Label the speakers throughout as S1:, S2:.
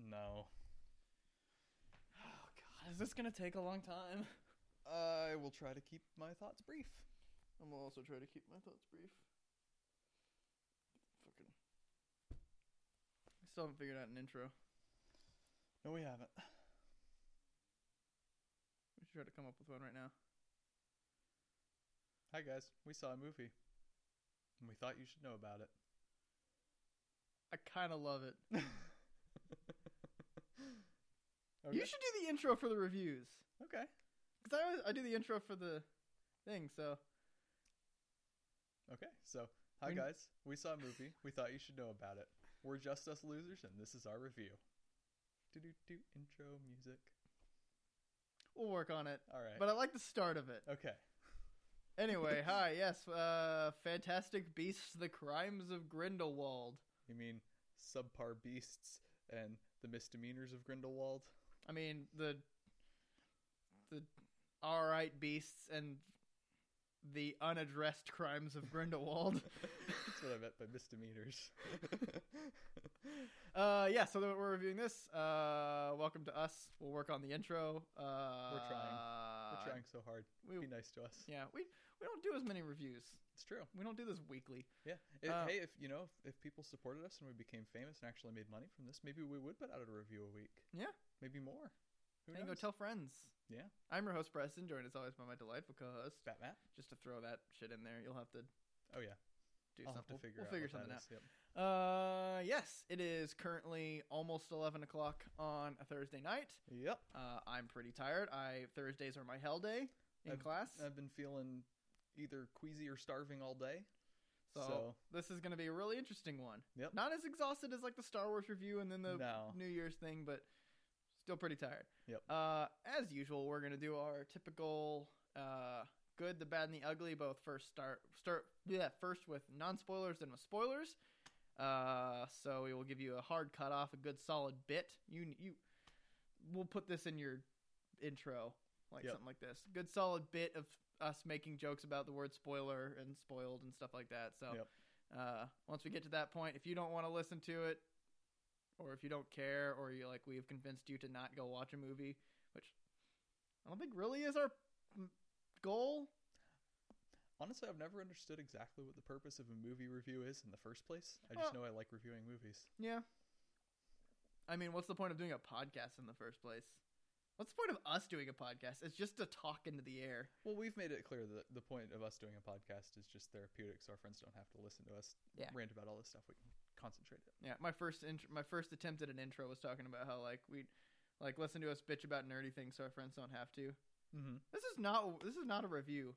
S1: no. Oh god, is this gonna take a long time?
S2: I will try to keep my thoughts brief. I will also try to keep my thoughts brief. Fucking. I still haven't figured out an intro.
S1: No, we haven't.
S2: We should try to come up with one right now.
S1: Hi guys, we saw a movie, and we thought you should know about it.
S2: I kind of love it.
S1: Okay.
S2: You should do the intro for the reviews.
S1: Oh, okay.
S2: Because I, always- I do the intro for the thing, so.
S1: Okay, so hi
S2: We-
S1: guys, we saw a movie. We thought you should know about it. We're just us losers, and this is our review. Do do do intro music.
S2: We'll work on it.
S1: All right.
S2: But I like the start of it.
S1: Okay.
S2: Anyway, hi, yes, uh, Fantastic Beasts, The Crimes of Grindelwald.
S1: You mean subpar beasts and the misdemeanors of Grindelwald?
S2: I mean, the. The alright beasts and the unaddressed crimes of Grindelwald.
S1: That's what I meant by misdemeanors.
S2: uh, yeah, so that we're reviewing this. Uh, welcome to us. We'll work on the intro. Uh,
S1: We're trying. We're trying so hard.
S2: we-
S1: Be nice to us.
S2: Uh, Yeah, we, we don't do as many reviews.
S1: It's true.
S2: We don't do this weekly.
S1: Yeah. If-
S2: Uh,
S1: hey, if you know, if, if people supported us and we became famous and actually made money from this, maybe we would put out a review a week,
S2: Yeah.
S1: maybe more. Who
S2: And go
S1: knows?
S2: tell friends.
S1: yeah.
S2: I'm your host, Preston, joined as always by my delightful co host.
S1: Batman.
S2: Just to throw that shit in there, you'll have to
S1: Oh yeah.
S2: do
S1: I'll have
S2: something.
S1: to figure.
S2: we'll
S1: out
S2: figure
S1: what that
S2: something out. Uh,
S1: is. Yep.
S2: yes, it is currently almost 11 o'clock on a Thursday night.
S1: Yep.
S2: Uh, I'm pretty tired. I Thursdays are my hell day in
S1: I've-
S2: class.
S1: I've been feeling either queasy or starving all day.
S2: So,
S1: So-
S2: this is going to be a really interesting one.
S1: Yep.
S2: Not as exhausted as like the Star Wars review and then the
S1: No.
S2: New Year's thing, but still pretty tired.
S1: Yep.
S2: Uh, as usual, we're going to do our typical uh, good, the bad, and the ugly. Both first start start yeah first with non spoilers then with spoilers. Uh, so we will give you a hard cut off, a good solid bit. You you, we'll put this in your intro, like
S1: Yep.
S2: something like this. Good solid bit of us making jokes about the word spoiler and spoiled and stuff like that. So
S1: Yep.
S2: uh, once we get to that point, if you don't want to listen to it, or if you don't care, or you like we've convinced you to not go watch a movie, which I don't think really is our mm, goal.
S1: Honestly, I've never understood exactly what the purpose of a movie review is in the first place. I
S2: Well-
S1: just know I like reviewing movies.
S2: Yeah. I mean, what's the point of doing a podcast in the first place? What's the point of us doing a podcast? It's just to talk into the air.
S1: Well, we've made it clear that the point of us doing a podcast is just therapeutic, so our friends don't have to listen to us
S2: Yeah.
S1: rant about all this stuff. We can concentrate it.
S2: Yeah, my first int- my first attempt at an intro was talking about how like we like listen to us bitch about nerdy things so our friends don't have to.
S1: Mm-hmm.
S2: This is not this is not a review.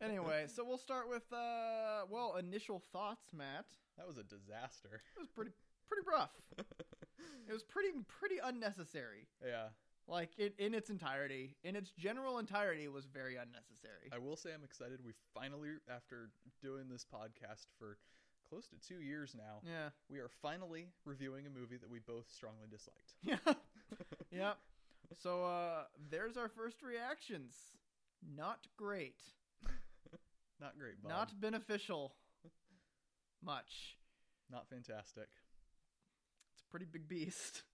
S2: Anyway, so we'll start with uh well, initial thoughts, Matt.
S1: That was a disaster.
S2: It was pretty pretty rough. It was pretty pretty unnecessary.
S1: yeah,
S2: Like it in its entirety, in its general entirety it was very unnecessary.
S1: I will say I'm excited. We finally, after doing this podcast for close to two years now,
S2: yeah.
S1: we are finally reviewing a movie that we both strongly disliked.
S2: Yeah. yep. So uh there's our first reactions. Not great.
S1: Not great, Bob.
S2: Not beneficial. Much.
S1: not fantastic.
S2: It's a pretty big beast.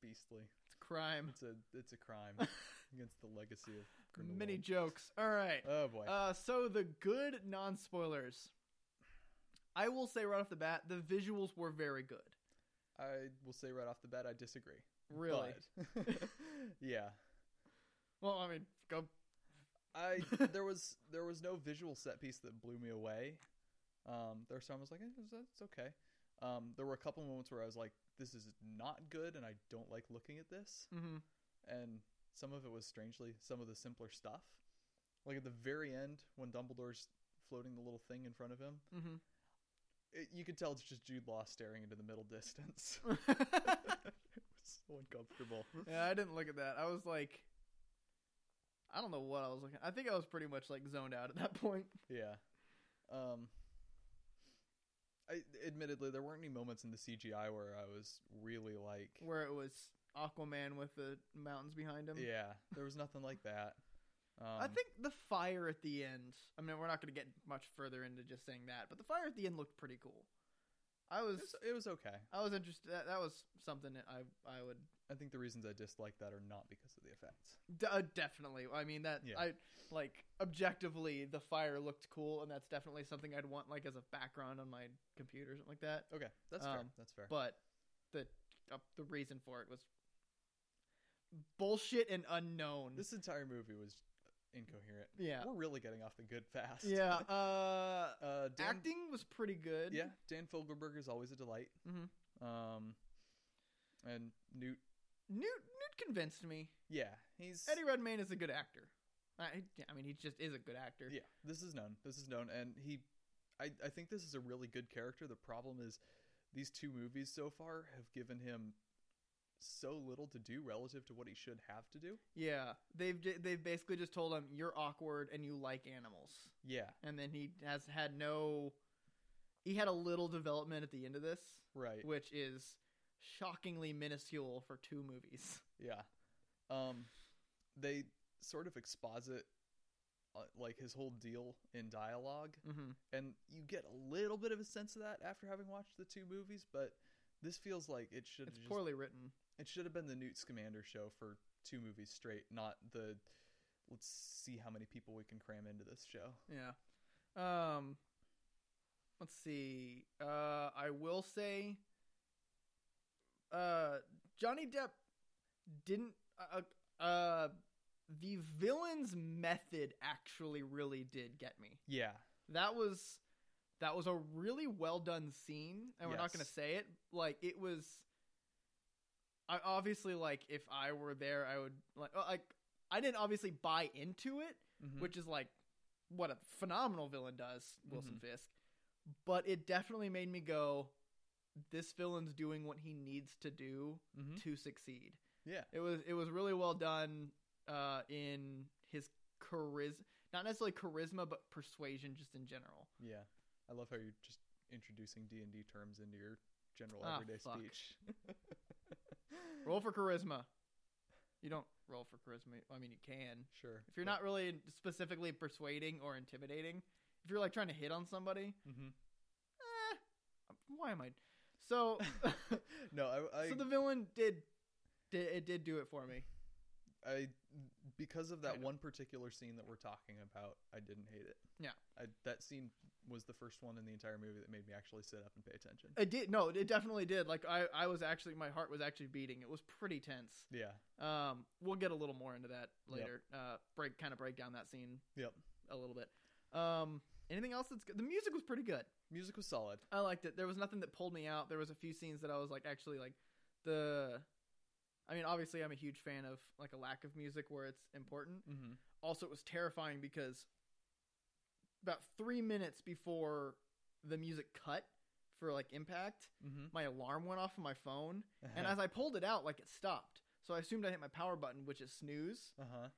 S1: Beastly.
S2: It's a crime.
S1: It's a it's a crime against the legacy of Grindelwald.
S2: Many jokes. All right.
S1: Oh boy.
S2: Uh, so the good non spoilers. I will say right off the bat, the visuals were very good.
S1: I will say right off the bat, I disagree.
S2: Really?
S1: But- yeah.
S2: Well, I mean, go.
S1: I there was there was no visual set piece that blew me away. Um, there were some I was like, eh, it's, it's okay. Um, there were a couple moments where I was like, this is not good, and I don't like looking at this.
S2: hmm
S1: And some of it was strangely some of the simpler stuff. Like at the very end, when Dumbledore's floating the little thing in front of him,
S2: hmm
S1: it, you could tell it's just Jude Law staring into the middle distance. it was so uncomfortable.
S2: Yeah, I didn't look at that. I was like, I don't know what I was looking. I think I was pretty much like zoned out at that point.
S1: Yeah. Um I admittedly there weren't any moments in the CGI where I was really like
S2: Where it was Aquaman with the mountains behind him.
S1: Yeah, there was nothing like that. Um,
S2: I think the fire at the end. I mean, we're not going to get much further into just saying that, but the fire at the end looked pretty cool. I was
S1: It was, it was okay.
S2: I was interested. That, that was something that I I would
S1: I think the reasons I dislike that are not because of the effects.
S2: D- uh, definitely. I mean that
S1: Yeah.
S2: I like objectively the fire looked cool and that's definitely something I'd want like as a background on my computer or something like that.
S1: Okay, that's fair.
S2: Um,
S1: That's fair.
S2: But the uh, the reason for it was bullshit and unknown.
S1: this entire movie was incoherent.
S2: yeah.
S1: We're really getting off the good fast.
S2: Yeah, uh
S1: Uh, Dan,
S2: acting was pretty good.
S1: Yeah, Dan Fogelberg is always a delight.
S2: Mhm.
S1: Um, and Newt.
S2: Newt Newt convinced me.
S1: Yeah, he's
S2: Eddie Redmayne is a good actor. I I mean he just is a good actor.
S1: Yeah, this is known. This is known, and he, I, I think this is a really good character. The problem is, these two movies so far have given him so little to do relative to what he should have to do.
S2: Yeah. They've j- they've basically just told him you're awkward and you like animals.
S1: Yeah,
S2: and then he has had no he had a little development at the end of this
S1: right.
S2: which is shockingly minuscule for two movies
S1: Yeah, um, they sort of exposit uh, like his whole deal in dialogue,
S2: mm-hmm.
S1: and you get a little bit of a sense of that after having watched the two movies, but. This feels like it should
S2: it's
S1: have just
S2: poorly written
S1: It should have been the Newt Scamander show for two movies straight, not the let's see how many people we can cram into this show.
S2: yeah um let's see uh i will say uh johnny depp didn't uh uh the villain's method actually really did get me
S1: Yeah.
S2: that was that was a really well done scene and we're not going to
S1: Yes.
S2: say it like it was i obviously like if i were there i would like uh, like i didn't obviously buy into it
S1: Mhm.
S2: which is like what a phenomenal villain does wilson fisk but it definitely made me go this villain's doing what he needs to do
S1: Mhm.
S2: to succeed
S1: Yeah.
S2: it was it was really well done uh in his charisma not necessarily charisma but persuasion just in general
S1: Yeah. I love how you're just introducing D and D terms into your general
S2: Ah,
S1: everyday
S2: fuck.
S1: speech.
S2: Roll for charisma. You don't roll for charisma. I mean, you can.
S1: sure.
S2: If you're not really specifically persuading or intimidating, if you're like trying to hit on somebody,
S1: Mm-hmm.
S2: eh, why am I? So,
S1: no, I, I,
S2: so the villain did, did it did do it for me.
S1: I, because of that
S2: Kind of.
S1: one particular scene that we're talking about, I didn't hate it.
S2: Yeah.
S1: I, that scene was the first one in the entire movie that made me actually sit up and pay attention.
S2: It did. No, it definitely did. Like I, I was actually my heart was actually beating. It was pretty tense.
S1: Yeah.
S2: Um, we'll get a little more into that
S1: Yep.
S2: later. Uh, break kind of break down that scene.
S1: Yep.
S2: A little bit. Um, anything else that's good? The music was pretty good.
S1: Music was solid.
S2: I liked it. There was nothing that pulled me out. There was a few scenes that I was like, actually, like the. I mean, obviously, I'm a huge fan of like a lack of music where it's important.
S1: Mm-hmm.
S2: Also, it was terrifying because about three minutes before the music cut for like impact,
S1: Mm-hmm.
S2: my alarm went off on my phone,
S1: Uh-huh.
S2: and as I pulled it out, like it stopped. So I assumed I hit my power button, which is snooze.
S1: Uh huh.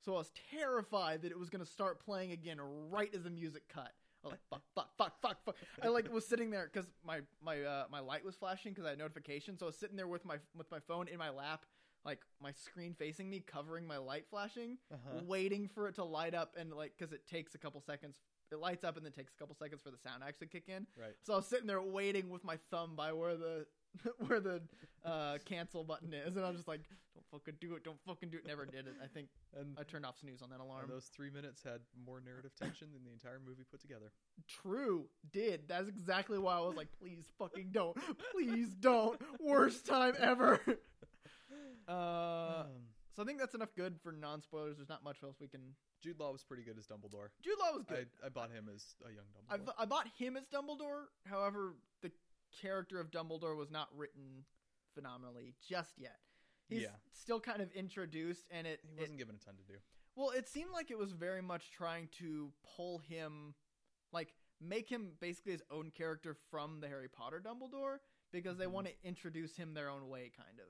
S2: So I was terrified that it was going to start playing again right as the music cut. I was like, fuck, fuck, fuck, fuck, fuck. I like was sitting there because my my uh, my light was flashing because I had notifications. So I was sitting there with my with my phone in my lap, like my screen facing me, covering my light flashing,
S1: Uh huh.
S2: waiting for it to light up and like because it takes a couple seconds. It lights up and then takes a couple seconds for the sound to actually kick in.
S1: Right.
S2: So I was sitting there waiting with my thumb by where the where the uh, cancel button is, and I'm just like, "Don't fucking do it! Don't fucking do it!" Never did it. I think
S1: And
S2: I turned off snooze on that alarm.
S1: and those three minutes had more narrative tension than the entire movie put together.
S2: True, did. That's exactly why I was like, please fucking don't. Please don't. Worst time ever. Uh,
S1: Um,
S2: so I think that's enough good for non spoilers. There's not much else we can.
S1: Jude Law was pretty good as Dumbledore.
S2: Jude Law was good.
S1: I, I bought him as a young
S2: I,
S1: Dumbledore.
S2: I bought him as Dumbledore. However, the character of Dumbledore was not written phenomenally just yet. He's
S1: Yeah.
S2: still kind of introduced, and it,
S1: he
S2: it-
S1: wasn't given a ton to do.
S2: Well, it seemed like it was very much trying to pull him, like make him basically his own character from the Harry Potter Dumbledore because they
S1: Mhm.
S2: want to introduce him their own way, kind of.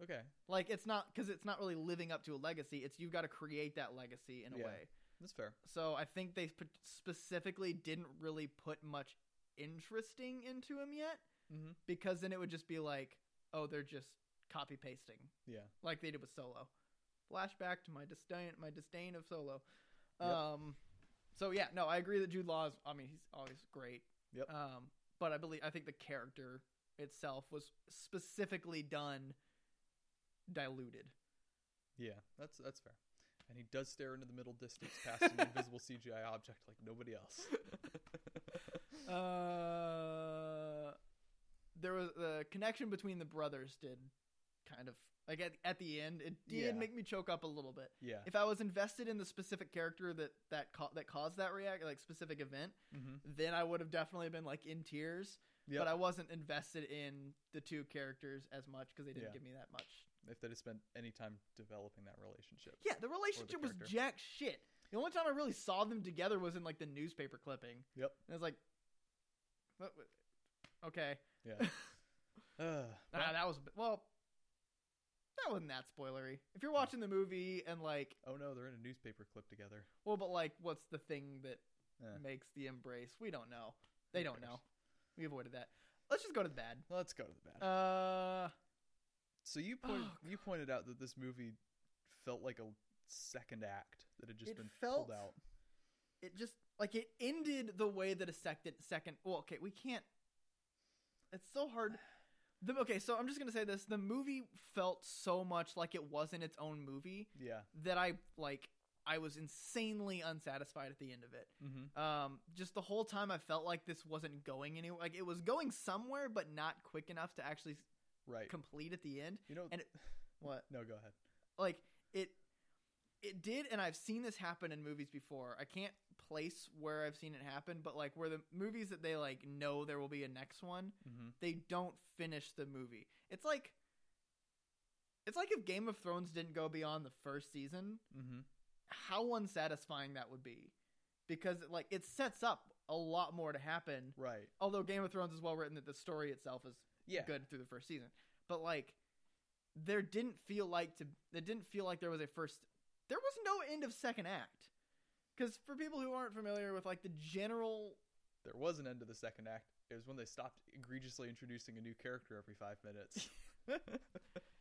S1: Okay,
S2: Like it's not because it's not really living up to a legacy. It's you've got to create that legacy in a
S1: Yeah.
S2: way.
S1: that's fair.
S2: So I think they sp- specifically didn't really put much interesting into him yet
S1: Mhm.
S2: because then it would just be like, oh, they're just copy pasting
S1: Yeah.
S2: like they did with Solo. Flashback to my disdain, my disdain of Solo.
S1: Yep.
S2: Um, so yeah, no, I agree that Jude Law is. I mean, he's always great.
S1: Yep.
S2: Um, but I believe I think the character itself was specifically done diluted.
S1: Yeah, that's that's fair. And he does stare into the middle distance past an invisible CGI object like nobody else.
S2: Uh, there was the connection between the brothers did kind of like at, at the end it did
S1: Yeah.
S2: make me choke up a little bit.
S1: yeah.
S2: If I was invested in the specific character that that ca- that caused that react like specific event,
S1: mm-hmm.
S2: then I would have definitely been like in tears.
S1: Yep.
S2: But I wasn't invested in the two characters as much because they didn't
S1: Yeah.
S2: give me that much.
S1: If they'd have spent any time developing that relationship.
S2: Yeah, the relationship was
S1: character.
S2: jack shit. The only time I really saw them together was in like the newspaper clipping.
S1: Yep.
S2: And I was like, what, what- okay,
S1: Yeah. uh,
S2: Nah, that was a bit- well, that wasn't that spoilery. If you're watching the movie and like,
S1: oh no, they're in a newspaper clip together.
S2: well, but like, what's the thing that
S1: Eh.
S2: makes the embrace? We don't know. They
S1: Who
S2: don't
S1: cares?
S2: know. We avoided that. Let's just go to the bad.
S1: Let's go to the bad.
S2: Uh,
S1: so you point,
S2: oh,
S1: you pointed out that this movie felt like a second act that had just
S2: It
S1: been
S2: felt-
S1: pulled out.
S2: it just like it ended the way that a second second well okay we can't it's so hard the, okay so i'm just gonna say this the movie felt so much like it wasn't its own movie
S1: Yeah.
S2: that i like i was insanely unsatisfied at the end of it
S1: Mm-hmm.
S2: um just the whole time i felt like this wasn't going anywhere like it was going somewhere but not quick enough to actually
S1: Right.
S2: complete at the end
S1: you know.
S2: and it- what
S1: no, go ahead.
S2: like it it did and i've seen this happen in movies before i can't place where i've seen it happen but like where the movies that they like know there will be a next one
S1: Mm-hmm.
S2: they don't finish the movie it's like it's like if game of thrones didn't go beyond the first season
S1: Mm-hmm.
S2: how unsatisfying that would be because like it sets up a lot more to happen
S1: Right.
S2: although game of thrones is well written that the story itself is
S1: Yeah.
S2: good through the first season. But like there didn't feel like to it didn't feel like there was a first there was no end of second act. Cuz for people who aren't familiar with like the general
S1: There was an end to the second act. It was when they stopped egregiously introducing a new character every five minutes.
S2: that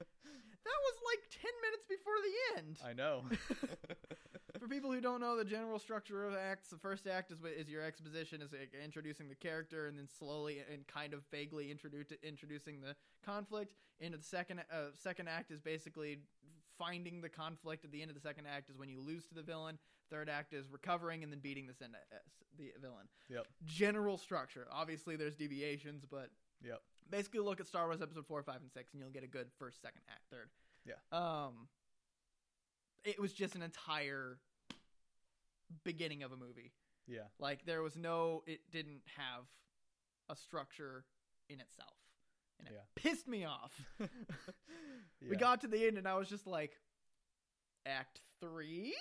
S2: was like 10 minutes before the end.
S1: I know.
S2: for people who don't know the general structure of acts, the first act is what is your exposition is like, introducing the character and then slowly and kind of vaguely introduce introducing the conflict. Into the second uh, second act is basically finding the conflict. At the end of the second act is when you lose to the villain. Third act is recovering and then beating the sen- uh, the villain.
S1: Yep.
S2: General structure. Obviously, there's deviations, but
S1: Yep.
S2: Basically, look at Star Wars Episode Four, Five, and Six, and you'll get a good first, second act, third.
S1: Yeah.
S2: Um. It was just an entire beginning of a movie.
S1: yeah.
S2: Like there was no, it didn't have a structure in itself, and it
S1: Yeah.
S2: pissed me off.
S1: yeah.
S2: We got to the end, and I was just like, Act Three.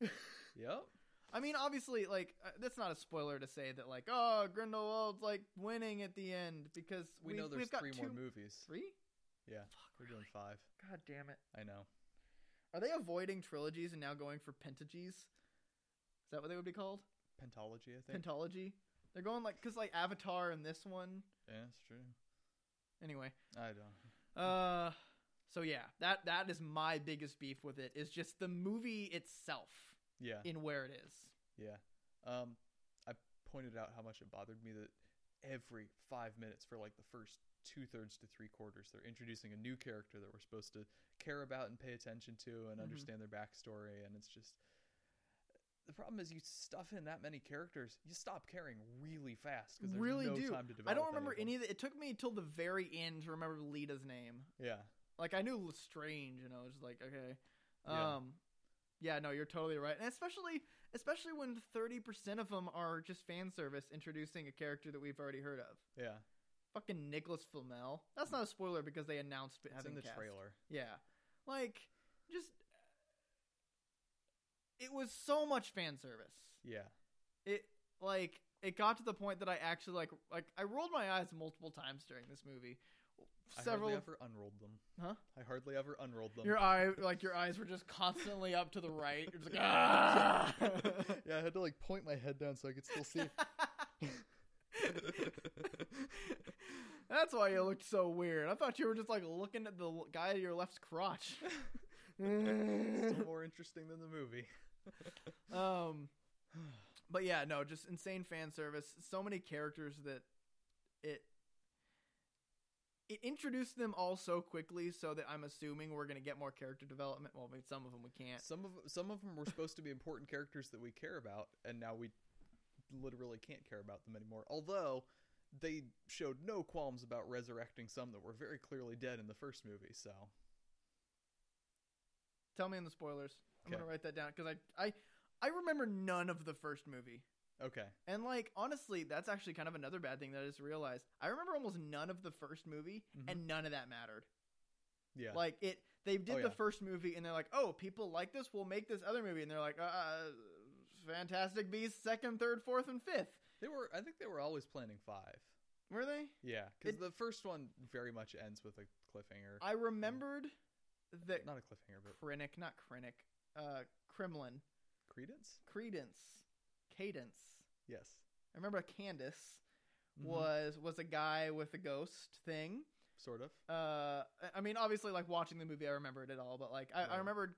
S1: Yep.
S2: I mean, obviously, like uh, that's not a spoiler to say that, like, oh, Grindelwald's like winning at the end because
S1: We
S2: we've-
S1: know there's
S2: we've got
S1: three
S2: two
S1: more movies.
S2: Three?
S1: Yeah.
S2: Fuck,
S1: We're
S2: really?
S1: doing five.
S2: God damn it.
S1: I know.
S2: Are they avoiding trilogies and now going for pentagies? Is that what they would be called?
S1: Pentology, I think.
S2: Pentology? They're going like, because like Avatar and this one.
S1: yeah, that's true.
S2: Anyway.
S1: I don't.
S2: Uh. So yeah, that that is my biggest beef with it is just the movie itself
S1: Yeah.
S2: in where it is.
S1: Yeah. Um, I pointed out how much it bothered me that every five minutes for like the first two thirds to three quarters, they're introducing a new character that we're supposed to care about and pay attention to and
S2: Mhm.
S1: understand their backstory. And it's just the problem is you stuff in that many characters, you stop caring really fast because there's
S2: Really
S1: no
S2: do.
S1: time to develop.
S2: I don't remember
S1: any.
S2: any of it. It took me till the very end to remember Lita's name.
S1: of them.
S2: Like I knew Lestrange, and I was just like, okay,
S1: Yeah.
S2: um, yeah. no, you're totally right, and especially especially when thirty percent of them are just fan service introducing a character that we've already heard of.
S1: Yeah, yeah.
S2: Fucking Nicholas Flamel. That's not a spoiler because they announced it
S1: It's
S2: having
S1: in the
S2: cast.
S1: trailer.
S2: Yeah, like just it was so much fan service
S1: Yeah,
S2: it like it got to the point that I actually like like I rolled my eyes multiple times during this movie. Several
S1: I hardly
S2: of-
S1: ever unrolled them.
S2: Huh?
S1: I hardly ever unrolled them.
S2: your eye like your eyes were just constantly up to the right. You're just like ah.
S1: yeah, I had to like point my head down so I could still see.
S2: That's why you looked so weird. I thought you were just like looking at the l- guy to your left's crotch.
S1: Still more interesting than the movie.
S2: um, but yeah, no, just insane fan service. So many characters that it it introduced them all so quickly, so that I'm assuming we're gonna get more character development. Well, I mean, some of them we can't.
S1: Some of some of them were supposed to be important characters that we care about, and now we literally can't care about them anymore. Although they showed no qualms about resurrecting some that were very clearly dead in the first movie. So
S2: Tell me in the spoilers. I'm
S1: Okay.
S2: gonna write that down because I I I remember none of the first movie.
S1: okay,
S2: And like honestly, that's actually kind of another bad thing that I just realized. I remember almost none of the first movie,
S1: Mhm.
S2: and none of that mattered.
S1: yeah,
S2: Like it, they did
S1: Oh,
S2: the
S1: yeah.
S2: first movie, and they're like, "Oh, people like this, we'll make this other movie," and they're like, "Uh, Fantastic Beasts, second, third, fourth, and fifth.
S1: they were. I think they were always planning five.
S2: Were they?
S1: Yeah, because
S2: It-
S1: the first one very much ends with a cliffhanger.
S2: I remembered that
S1: Not a cliffhanger, but
S2: Krennic, not Krennic, uh, Kremlin,
S1: credence.
S2: Credence, Cadence.
S1: Yes.
S2: I remember Candace
S1: Mhm.
S2: was was a guy with a ghost thing.
S1: Sort of.
S2: uh I- i mean obviously like watching the movie i remembered it all but like i, I
S1: Right.
S2: remembered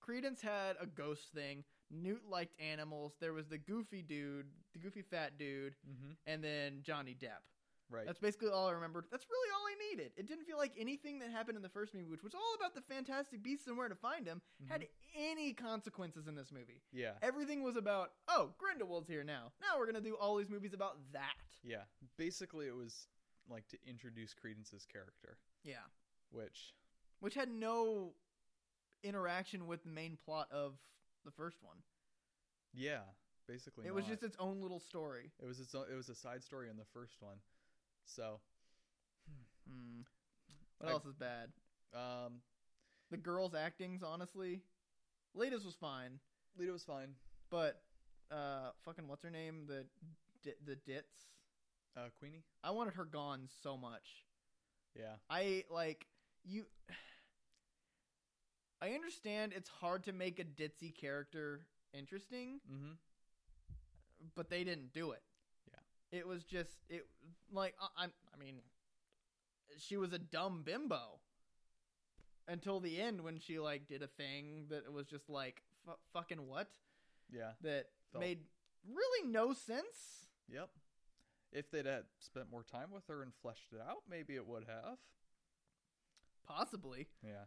S2: credence had a ghost thing newt liked animals there was the goofy dude the goofy fat dude
S1: Mm-hmm.
S2: and then johnny depp
S1: Right.
S2: that's basically all i remembered that's really all i needed it didn't feel like anything that happened in the first movie which was all about the fantastic beasts and where to find them had any consequences in this movie
S1: Mm-hmm. yeah.
S2: everything was about oh grindelwald's here now now we're gonna do all these movies about that
S1: Yeah. Basically, it was like to introduce Credence's character,
S2: yeah
S1: which
S2: which had no interaction with the main plot of the first one.
S1: yeah, basically
S2: it was
S1: not.
S2: just its own little story.
S1: it was its own, it was a side story in the first one. So
S2: Hmm. What
S1: I-
S2: else is bad?
S1: um,
S2: The girls' actings, honestly, Leda's was fine,
S1: Lita was fine.
S2: but uh, fucking what's her name? The di- the Dits.
S1: Uh, Queenie.
S2: I wanted her gone so much.
S1: Yeah.
S2: I like you. I understand it's hard to make a ditzy character interesting,
S1: Mm-hmm.
S2: but they didn't do it. Yeah, it was just it like I, I, I mean, she was a dumb bimbo until the end when she like did a thing that was just like fu fucking what
S1: Yeah.
S2: that
S1: Felt-
S2: made really no sense.
S1: Yep. If they'd had spent more time with her and fleshed it out, maybe it would have.
S2: Possibly,
S1: Yeah.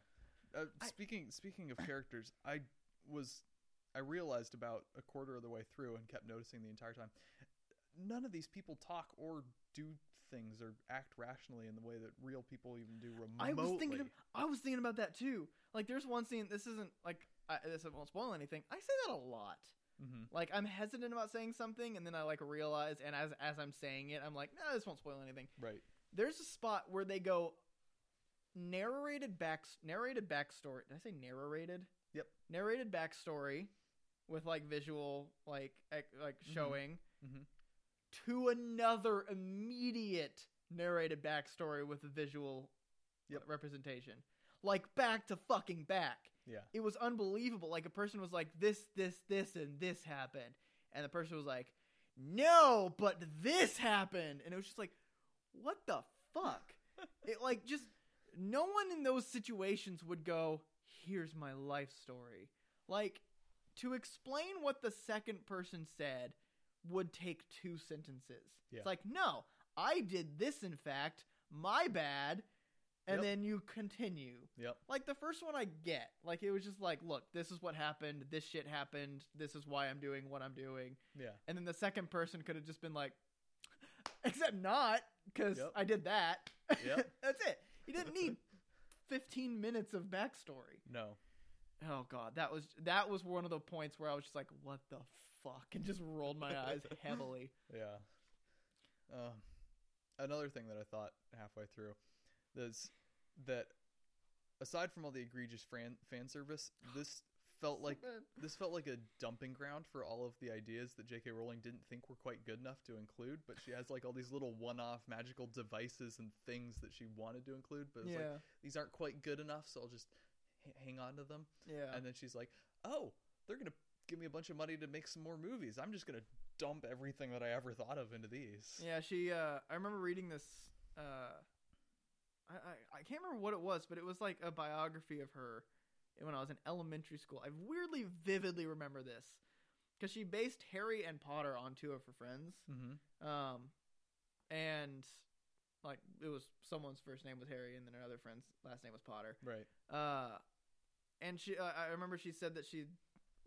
S1: Uh,
S2: I-
S1: speaking speaking of characters, I was I realized about a quarter of the way through and kept noticing the entire time. None of these people talk or do things or act rationally in the way that real people even do remotely.
S2: I was thinking of, I was thinking about that too. Like, there's one scene. This isn't like I, this won't spoil anything. I say that a lot.
S1: hmm
S2: Like I'm hesitant about saying something, and then I like realize, and as as I'm saying it, I'm like, no, this won't spoil anything.
S1: Right.
S2: there's a spot where they go narrated back narrated backstory. Did I say narrated?
S1: Yep.
S2: Narrated backstory with like visual like ec- like
S1: Mhm.
S2: showing
S1: Mhm.
S2: to another immediate narrated backstory with a visual uh,
S1: Yep.
S2: representation. Like back to fucking back.
S1: Yeah.
S2: It was unbelievable. Like a person was like this this this and this happened and the person was like no, but this happened. And it was just like, what the fuck? it like just no one in those situations would go, here's my life story. Like to explain what the second person said would take two sentences.
S1: Yeah.
S2: It's like, no, I did this in fact, my bad. And
S1: Yep.
S2: then you continue.
S1: Yep.
S2: Like the first one I get. Like it was just like, look, this is what happened, this shit happened, this is why I'm doing what I'm doing.
S1: Yeah.
S2: And then the second person could have just been like, except not, because
S1: Yep.
S2: I did that.
S1: Yep.
S2: That's it. You didn't need 15 minutes of backstory.
S1: No.
S2: Oh god, that was that was one of the points where I was just like, what the fuck, and just rolled my eyes heavily.
S1: Yeah. Um, another thing that I thought halfway through is that aside from all the egregious fan fan service, this felt like this felt like a dumping ground for all of the ideas that J.K. Rowling didn't think were quite good enough to include, but she has like all these little one-off magical devices and things that she wanted to include, but it's
S2: yeah,
S1: like these aren't quite good enough, so I'll just h- hang on to them.
S2: yeah,
S1: And then she's like, "Oh, they're gonna give me a bunch of money to make some more movies. I'm just gonna dump everything that I ever thought of into these."
S2: yeah. She, uh, I remember reading this. Uh, I, I I can't remember what it was, but it was like a biography of her when I was in elementary school. I weirdly, vividly remember this because she based Harry and Potter on two of her friends.
S1: Mm-hmm.
S2: Um, and like it was someone's first name was Harry, and then another friend's last name was Potter.
S1: Right.
S2: Uh, and she, uh, I remember she said that she,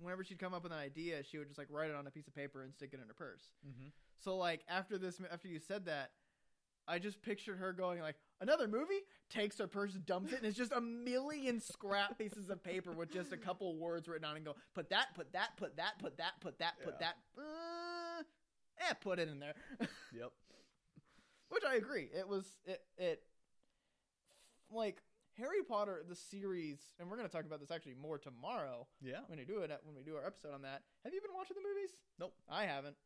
S2: whenever she'd come up with an idea, she would just like write it on a piece of paper and stick it in her purse.
S1: Mm-hmm.
S2: So like after this, after you said that, I just pictured her going like another movie, takes her purse, dumps it, and it's just a million scrap pieces of paper with just a couple words written on, it and go put that, put that, put that, put that, put that, put
S1: Yeah.
S2: that, uh, eh, put it in there.
S1: Yep.
S2: Which I agree, it was it it like Harry Potter the series, and we're gonna talk about this actually more tomorrow
S1: Yeah.
S2: when we do it when we do our episode on that. Have you been watching the movies?
S1: Nope.
S2: I haven't.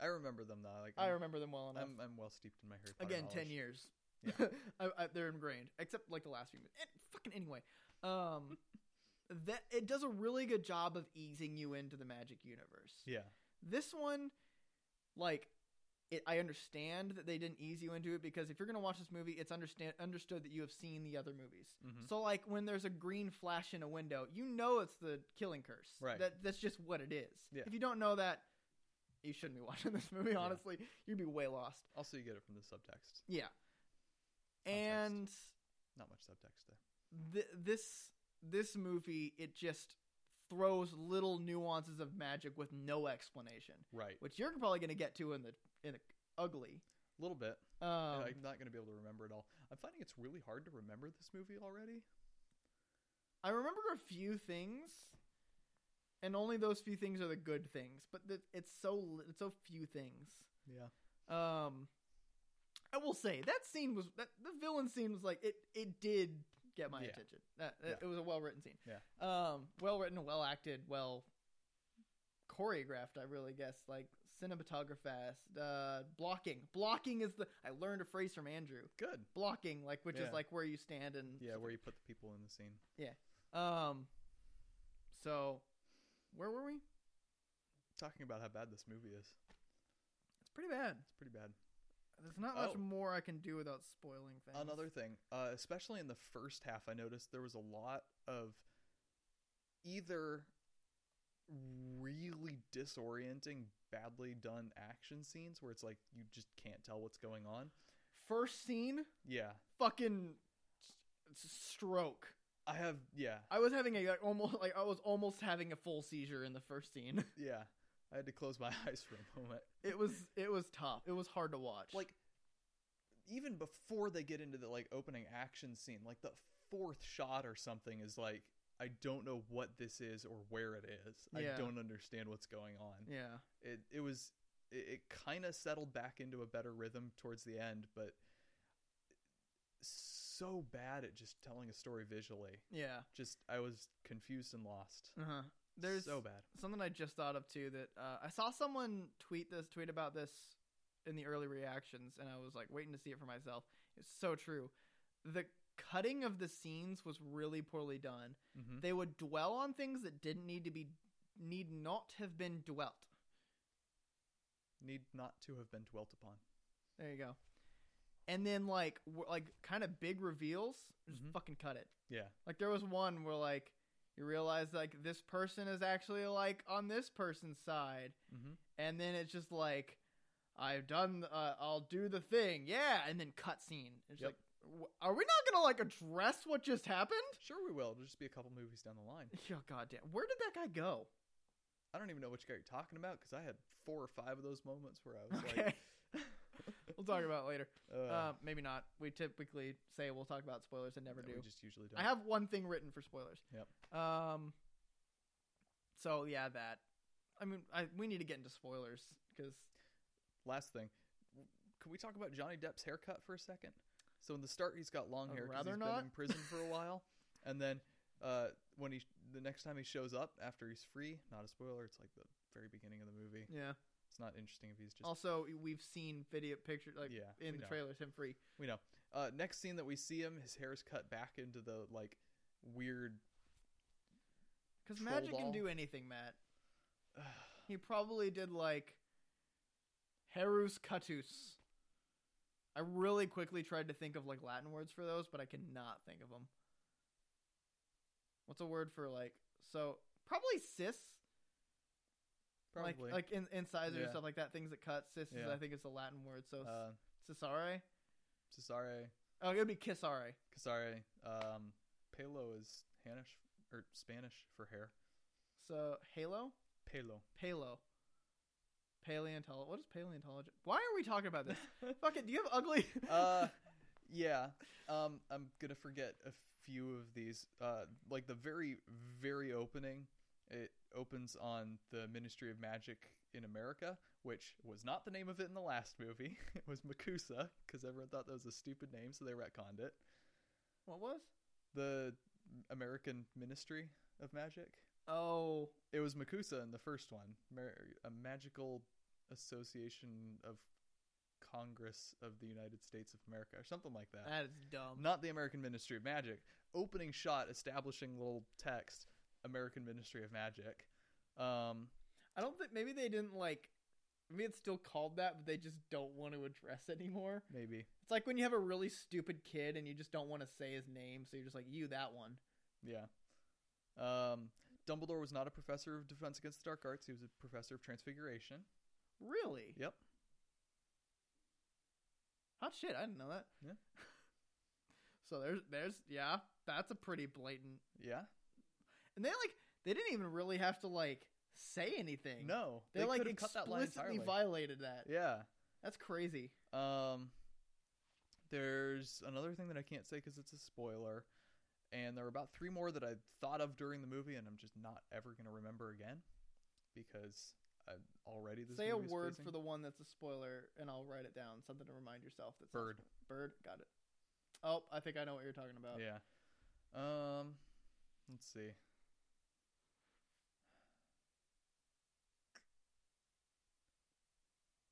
S1: I remember them though. Like
S2: I
S1: I'm-
S2: remember them well enough.
S1: I'm, I'm well steeped in my Harry Potter.
S2: again
S1: knowledge.
S2: 10 years
S1: Yeah.
S2: I, I, they're ingrained except like the last few minutes Eh, fucking anyway um that it does a really good job of easing you into the magic universe
S1: Yeah.
S2: this one like it, i understand that they didn't ease you into it because if you're going to watch this movie it's understand understood that you have seen the other movies
S1: Mhm.
S2: so like when there's a green flash in a window you know it's the killing curse
S1: Right.
S2: that, that's just what it is
S1: Yeah.
S2: if you don't know that you shouldn't be watching this movie honestly you'd be way lost
S1: Also, you get it from the subtext.
S2: yeah. And
S1: Context. Not much subtext there.
S2: th- this this movie it just throws little nuances of magic with no explanation,
S1: Right.
S2: which you're probably going to get to in the in the ugly.
S1: A little bit.
S2: Um,
S1: And I'm not going to be able to remember it all. I'm finding it's really hard to remember this movie already.
S2: I remember a few things, and only those few things are the good things. But the, it's so li- it's so few things.
S1: Yeah.
S2: Um, I will say that scene was that the villain scene was like it it did get my
S1: Yeah.
S2: attention. That,
S1: Yeah.
S2: It was a well written scene.
S1: Yeah.
S2: Um, well written, well acted, well choreographed. I really guess like cinematographist. Uh, blocking, blocking is the I learned a phrase from Andrew.
S1: Good.
S2: Blocking, like which
S1: Yeah.
S2: is like where you stand and
S1: Yeah, where you put the people in the scene.
S2: um. So, where were we? It's
S1: Talking about how bad this movie is.
S2: pretty bad.
S1: It's pretty bad.
S2: There's not much
S1: Oh.
S2: more I can do without spoiling things.
S1: Another thing, uh, especially in the first half, I noticed there was a lot of either really disorienting, badly done action scenes where it's like you just can't tell what's going on.
S2: first scene.
S1: Yeah,
S2: fucking s- stroke.
S1: I have. Yeah,
S2: I was having a like almost like I was almost having a full seizure in the first scene.
S1: yeah. I had to close my eyes for a moment.
S2: It was it was tough. It was hard to watch.
S1: Like even before they get into the like opening action scene, like the fourth shot or something is like I don't know what this is or where it is.
S2: Yeah.
S1: I don't understand what's going on.
S2: yeah,
S1: it it was it, it kind of settled back into a better rhythm towards the end, but so bad at just telling a story visually.
S2: yeah.
S1: Just I was confused and lost.
S2: Uh huh. There's
S1: so bad.
S2: something I just thought of too that uh, I saw someone tweet this tweet about this in the early reactions, and I was like waiting to see it for myself. It's so true. The cutting of the scenes was really poorly done.
S1: hmm
S2: They would dwell on things that didn't need to be need not have been dwelt.
S1: Need not to have been dwelt upon.
S2: There you go. And then like w- like kind of big reveals, just
S1: Mhm.
S2: fucking cut it.
S1: Yeah.
S2: Like there was one where like you realize like this person is actually like on this person's side,
S1: Mhm.
S2: and then it's just like I've done, uh, I'll do the thing, yeah, and then cutscene. It's
S1: Yep.
S2: like, w- are we not gonna like address what just happened?
S1: Sure, we will. It'll just be a couple movies down the line.
S2: Oh goddamn, where did that guy go?
S1: I don't even know which guy you're talking about because I had four or five of those moments where I was
S2: Okay,
S1: like,
S2: we'll talk about it later.
S1: uh,
S2: Uh, maybe not. We typically say we'll talk about spoilers and never
S1: no,
S2: do.
S1: We just usually don't.
S2: I have one thing written for spoilers. Yep. Um. So yeah, that. I mean, I we need to get into spoilers because
S1: Last thing, w- can we talk about Johnny Depp's haircut for a second? So in the start, he's got long
S2: I'd
S1: hair because
S2: Uh, rather
S1: he's
S2: not.
S1: been in prison for a while, and then uh, when he the next time he shows up after he's free, not a spoiler, it's like the very beginning of the movie.
S2: yeah.
S1: It's not interesting if he's just
S2: Also, we've seen video pictures like
S1: yeah.
S2: in the
S1: we know.
S2: trailers him free.
S1: we know. Uh, next scene that we see him, his hair is cut back into the like weird.
S2: Because
S1: Troll
S2: magic can
S1: doll.
S2: do anything, Matt. He probably did like Herus Catus. I really quickly tried to think of like Latin words for those, but I cannot think of them. What's a word for like so probably cis?
S1: Probably
S2: Like like in, incisors
S1: Yeah.
S2: and stuff like that, things that cut. Cis is
S1: Yeah.
S2: I think it's a Latin word, so s-
S1: uh,
S2: Cesare.
S1: Cesare,
S2: Oh, it would be Kisare.
S1: Casare. Um, Palo is Hanish or Spanish for hair.
S2: So Halo,
S1: Palo.
S2: Palo, paleontologist. What is paleontologist? Why are we talking about this? Fuck it. Do you have ugly?
S1: uh, yeah. Um, I'm gonna forget a few of these. Uh, like the very, very opening. It opens on the Ministry of Magic in America, which was not the name of it in the last movie. it was Makusa because everyone thought that was a stupid name, so they retconned it.
S2: what was?
S1: The American Ministry of Magic.
S2: Oh,
S1: It was Makusa in the first one, Mar- a magical association of Congress of the United States of America, or something like that.
S2: that is dumb.
S1: Not the American Ministry of Magic. Opening shot, establishing little text, American Ministry of Magic. Um,
S2: I don't think. Maybe they didn't like. Maybe it's still called that, but they just don't want to address it anymore.
S1: maybe,
S2: It's like when you have a really stupid kid and you just don't want to say his name, so you're just like, you that one.
S1: yeah. Um, Dumbledore was not a professor of Defense Against the Dark Arts. He was a professor of Transfiguration.
S2: Really?
S1: Yep.
S2: Hot shit. I didn't know that.
S1: Yeah.
S2: so there's there's yeah, that's a pretty blatant.
S1: Yeah.
S2: And they like they didn't even really have to like say anything.
S1: No,
S2: they, like
S1: could've cut that line
S2: explicitly
S1: entirely.
S2: violated that.
S1: Yeah.
S2: That's crazy.
S1: Um, there's another thing that I can't say because it's a spoiler, and there were about three more that I thought of during the movie, and I'm just not ever gonna remember again because I already this
S2: Say a
S1: movie's
S2: word
S1: pacing-
S2: for the one that's a spoiler, and I'll write it down. Something to remind yourself. That's
S1: bird.
S2: Bird. Got it. Oh, I think I know what you're talking about.
S1: Yeah. Um, let's see.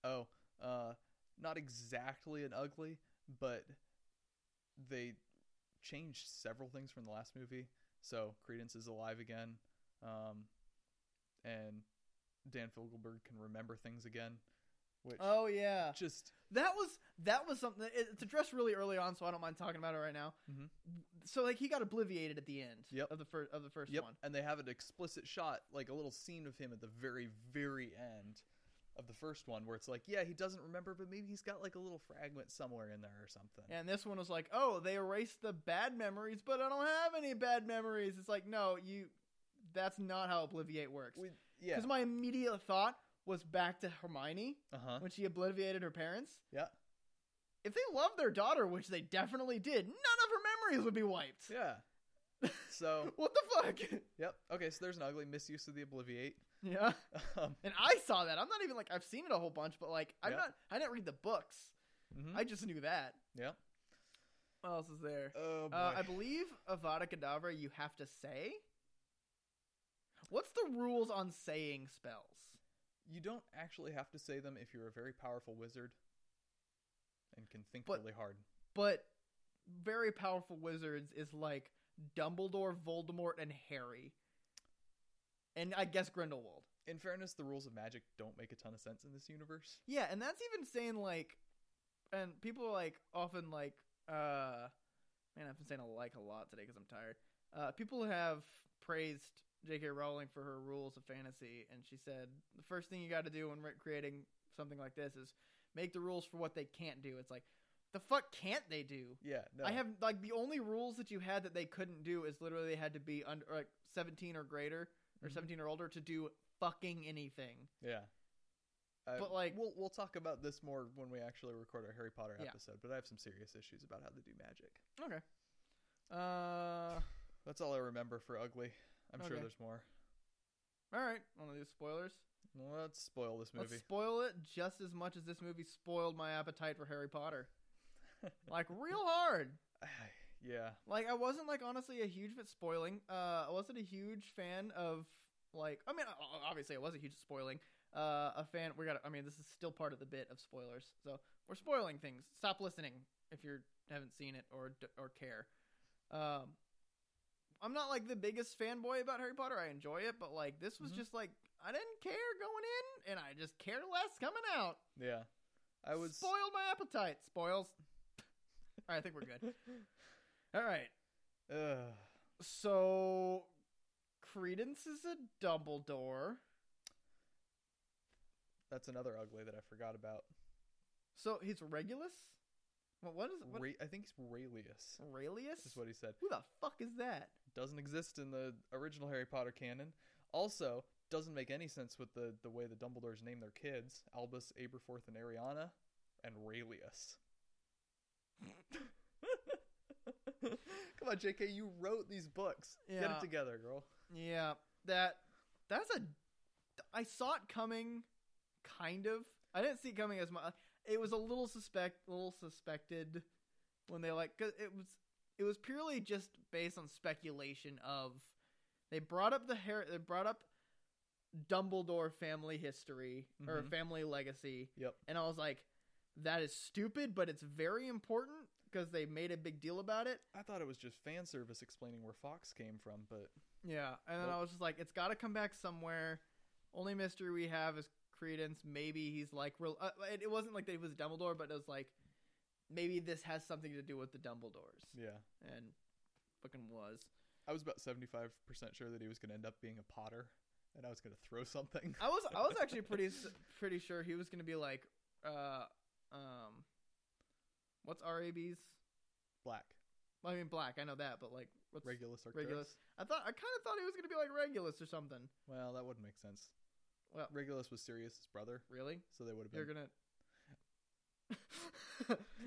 S1: Oh, uh, not exactly an ugly, but they changed several things from the last movie. So Credence is alive again, um, and Dan Fogelberg can remember things again, which
S2: Oh yeah.
S1: just
S2: That was that was something. it- It's addressed really early on, so I don't mind talking about it right now.
S1: Mhm.
S2: So like he got obliviated at the end
S1: Yep.
S2: of the first of the first
S1: Yep,
S2: one.
S1: and they have an explicit shot, like a little scene of him at the very, very end of the first one, where it's like, yeah, he doesn't remember, but maybe he's got like a little fragment somewhere in there or something.
S2: And this one was like, oh, they erased the bad memories, but I don't have any bad memories. It's like, no, you. That's not how Obliviate works.
S1: We- yeah.
S2: Because my immediate thought was back to Hermione
S1: Uh huh.
S2: when she obliviated her parents.
S1: Yeah.
S2: If they loved their daughter, which they definitely did, none of her memories would be wiped.
S1: Yeah. So,
S2: What the fuck?
S1: yep. Okay, so there's an ugly misuse of the Obliviate.
S2: yeah.
S1: Um,
S2: And I saw that. I'm not even like I've seen it a whole bunch, but like I'm
S1: Yeah.
S2: not. I didn't read the books.
S1: mhm.
S2: I just knew that.
S1: Yeah.
S2: What else is there?
S1: oh, boy.
S2: Uh, I believe Avada Kedavra. You have to say. What's the rules on saying spells?
S1: you don't actually have to say them if you're a very powerful wizard and can think
S2: But-
S1: really hard.
S2: But very powerful wizards is like Dumbledore, Voldemort, and Harry, and I guess Grindelwald.
S1: In fairness, the rules of magic don't make a ton of sense in this universe.
S2: Yeah, and that's even saying like, and people are like often like, uh, man, I've been saying a like a lot today because I'm tired. Uh, people have praised J.K. Rowling for her rules of fantasy, and she said the first thing you got to do when re- creating something like this is make the rules for what they can't do. It's like, the fuck can't they do?
S1: Yeah. No.
S2: I have like the only rules that you had that they couldn't do is literally they had to be under like 17 or greater or
S1: Mhm.
S2: 17 or older to do fucking anything.
S1: Yeah. Uh,
S2: But, like-
S1: we'll we'll talk about this more when we actually record our Harry Potter
S2: Yeah.
S1: episode. But I have some serious issues about how they do magic.
S2: Okay. Uh
S1: That's all I remember for ugly. I'm sure
S2: Okay.
S1: there's more.
S2: All right, want to do spoilers?
S1: Let's spoil this movie.
S2: Let's spoil it just as much as this movie spoiled my appetite for Harry Potter. like real hard.
S1: yeah.
S2: Like I wasn't like honestly a huge fan spoiling. Uh, I wasn't a huge fan of like. I mean, o- o- obviously I was a huge spoiling. Uh, a fan. We got. I mean, this is still part of the bit of spoilers. So we're spoiling things. Stop listening if you haven't seen it or d- or care. Um, I'm not like the biggest fanboy about Harry Potter. I enjoy it, but like this was
S1: Mhm.
S2: just like I didn't care going in, and I just care less coming out.
S1: Yeah. I was
S2: spoiled my appetite. Spoils. All right, I think we're good. All right.
S1: Ugh.
S2: So, Credence is a Dumbledore.
S1: that's another ugly that I forgot about.
S2: So he's Regulus. What, what is what?
S1: Ra- I think it's Raelius.
S2: Aurelius?
S1: Is what he said.
S2: Who the fuck is that?
S1: Doesn't exist in the original Harry Potter canon. Also, doesn't make any sense with the the way the Dumbledores name their kids: Albus, Aberforth, and Ariana, and Raelius. Come on, J.K. You wrote these books. Get
S2: Yeah.
S1: it together, girl.
S2: Yeah, that that's a. I saw it coming, kind of. I didn't see it coming as much. It was a little suspect, a little suspected when they like. Cause it was it was purely just based on speculation of. They brought up the hair. They brought up Dumbledore family history or
S1: Mhm.
S2: family legacy.
S1: Yep.
S2: And I was like, that is stupid, but it's very important because they made a big deal about it.
S1: I thought it was just fan service explaining where Fox came from, but
S2: Yeah, and then I
S1: Nope.
S2: was just like, it's got to come back somewhere. Only mystery we have is Credence. Maybe he's like real. Uh, it, it wasn't like that he was Dumbledore, but it was like maybe this has something to do with the Dumbledores,
S1: yeah.
S2: and fucking was.
S1: I was about 75% sure that he was going to end up being a Potter and I was going to throw something.
S2: I was I was actually pretty s- pretty sure he was gonna be like, uh, um, what's Rab's?
S1: Black.
S2: Well, I mean Black. I know that, but like what's
S1: Regulus Arcturus.
S2: Regulus. I thought I kind of thought he was gonna be like Regulus or something.
S1: Well, that wouldn't make sense.
S2: Well-
S1: Regulus was Sirius' brother,
S2: Really?
S1: so they would have been.
S2: You're gonna.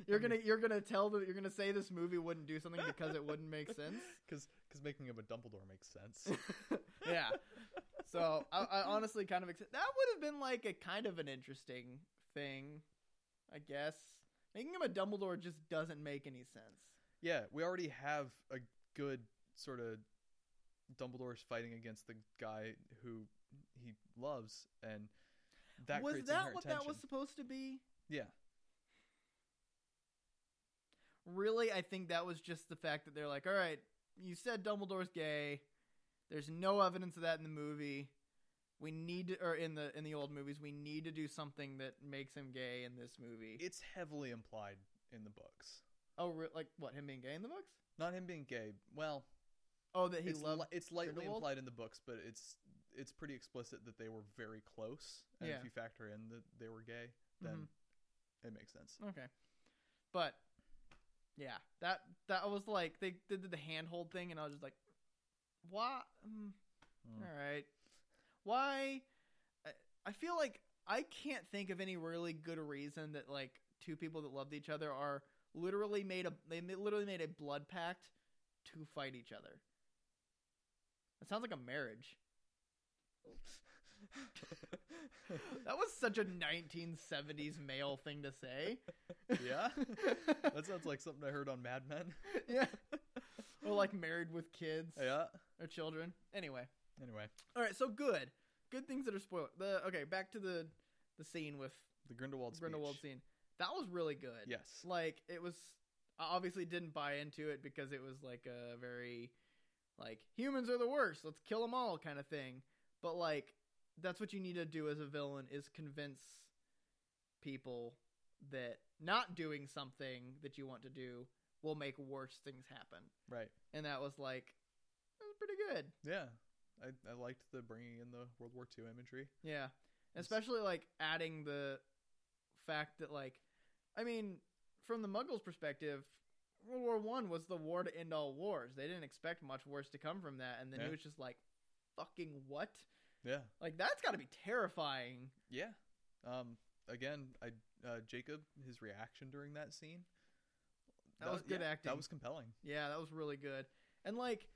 S2: you're gonna you're gonna tell the you're gonna say this movie wouldn't do something because it wouldn't make sense.
S1: Because making him a Dumbledore makes sense.
S2: yeah. So I, I honestly kind of accept- that would have been like a kind of an interesting thing, I guess. Making him a Dumbledore just doesn't make any sense.
S1: yeah, we already have a good sort of Dumbledore's fighting against the guy who he loves, and that
S2: was
S1: creates
S2: that
S1: inherent
S2: what that
S1: tension.
S2: was supposed to be?
S1: Yeah.
S2: Really, I think that was just the fact that they're like, all right, you said Dumbledore's gay. There's no evidence of that in the movie. We need to, or in the in the old movies, we need to do something that makes him gay in this movie.
S1: It's heavily implied in the books.
S2: oh, re- like what? Him being gay in the books?
S1: Not him being gay. Well,
S2: Oh, that he
S1: it's,
S2: loved.
S1: li- it's lightly
S2: Grindelwald?
S1: implied in the books, but it's it's pretty explicit that they were very close. And
S2: Yeah. Mm-hmm.
S1: if you factor in that they were gay, then it makes sense.
S2: Okay. But yeah, that that was like they did the handhold thing, and I was just like, why? Mm,
S1: Mm.
S2: All right, why? I- I feel like I can't think of any really good reason that like two people that loved each other are literally made a they ma- literally made a blood pact to fight each other. That sounds like a marriage. That was such a 1970s male thing to say.
S1: yeah, that sounds like something I heard on Mad Men.
S2: yeah. Or like married with kids
S1: Yeah.
S2: or children. Anyway.
S1: Anyway,
S2: All right, so good. Good things that are spoiled. The okay, back to the the scene with
S1: the Grindelwald.
S2: Grindelwald
S1: speech.
S2: scene. That was really good.
S1: Yes.
S2: Like it was I obviously didn't buy into it because it was like a very like humans are the worst, let's kill them all kind of thing. But like that's what you need to do as a villain is convince people that not doing something that you want to do will make worse things happen
S1: Right.
S2: and that was like that was pretty good
S1: Yeah. I, I liked the bringing in the World War II imagery.
S2: yeah
S1: Yes.
S2: especially like adding the fact that like i mean from the muggles perspective world war one was the war to end all wars they didn't expect much worse to come from that and then
S1: Yeah.
S2: it was just like fucking what
S1: Yeah.
S2: like that's got to be terrifying
S1: Yeah. Um. Again, I uh, Jacob his reaction during that scene.
S2: That was good acting.
S1: That was compelling.
S2: Yeah, that was really good. And like,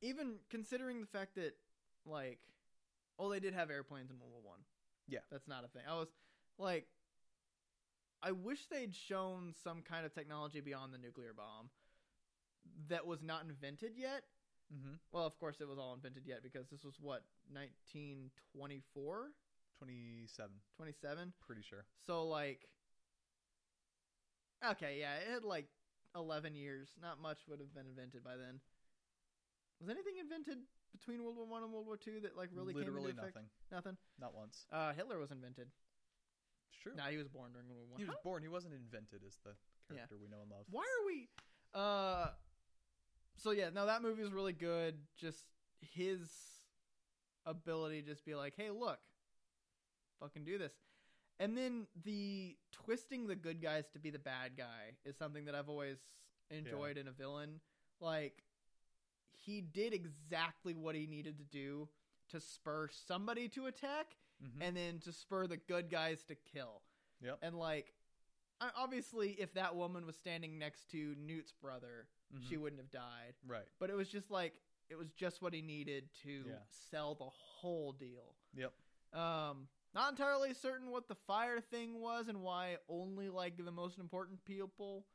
S2: even considering the fact that like, oh, they did have airplanes in World War One.
S1: Yeah.
S2: that's not a thing. I was like, I wish they'd shown some kind of technology beyond the nuclear bomb that was not invented yet.
S1: Mm-hmm.
S2: Well, of course, it was all invented yet because this was what 1924,
S1: Twenty-seven.
S2: 27.
S1: Pretty sure.
S2: So like, okay, yeah, it had like eleven years. Not much would have been invented by then. Was anything invented between World War One and World War Two that like really came
S1: literally
S2: into effect?
S1: nothing.
S2: Nothing.
S1: Not once.
S2: Uh, Hitler was invented.
S1: It's true.
S2: No, he was born during World War One.
S1: He was
S2: How-
S1: born. He wasn't invented as the
S2: Yeah.
S1: character we know and love.
S2: Why are we? Uh, so yeah, no, that movie is really good. Just his ability to just be like, hey, look, fucking do this. And then the twisting the good guys to be the bad guy is something that I've always enjoyed in a villain. Like he did exactly what he needed to do to spur somebody to attack
S1: Mhm.
S2: and then to spur the good guys to kill.
S1: Yep.
S2: And like I- obviously if that woman was standing next to Newt's brother,
S1: Mhm.
S2: she wouldn't have died.
S1: right.
S2: But it was just like it was just what he needed to
S1: Yeah.
S2: sell the whole deal.
S1: Yep.
S2: Um, not entirely certain what the fire thing was and why only like the most important people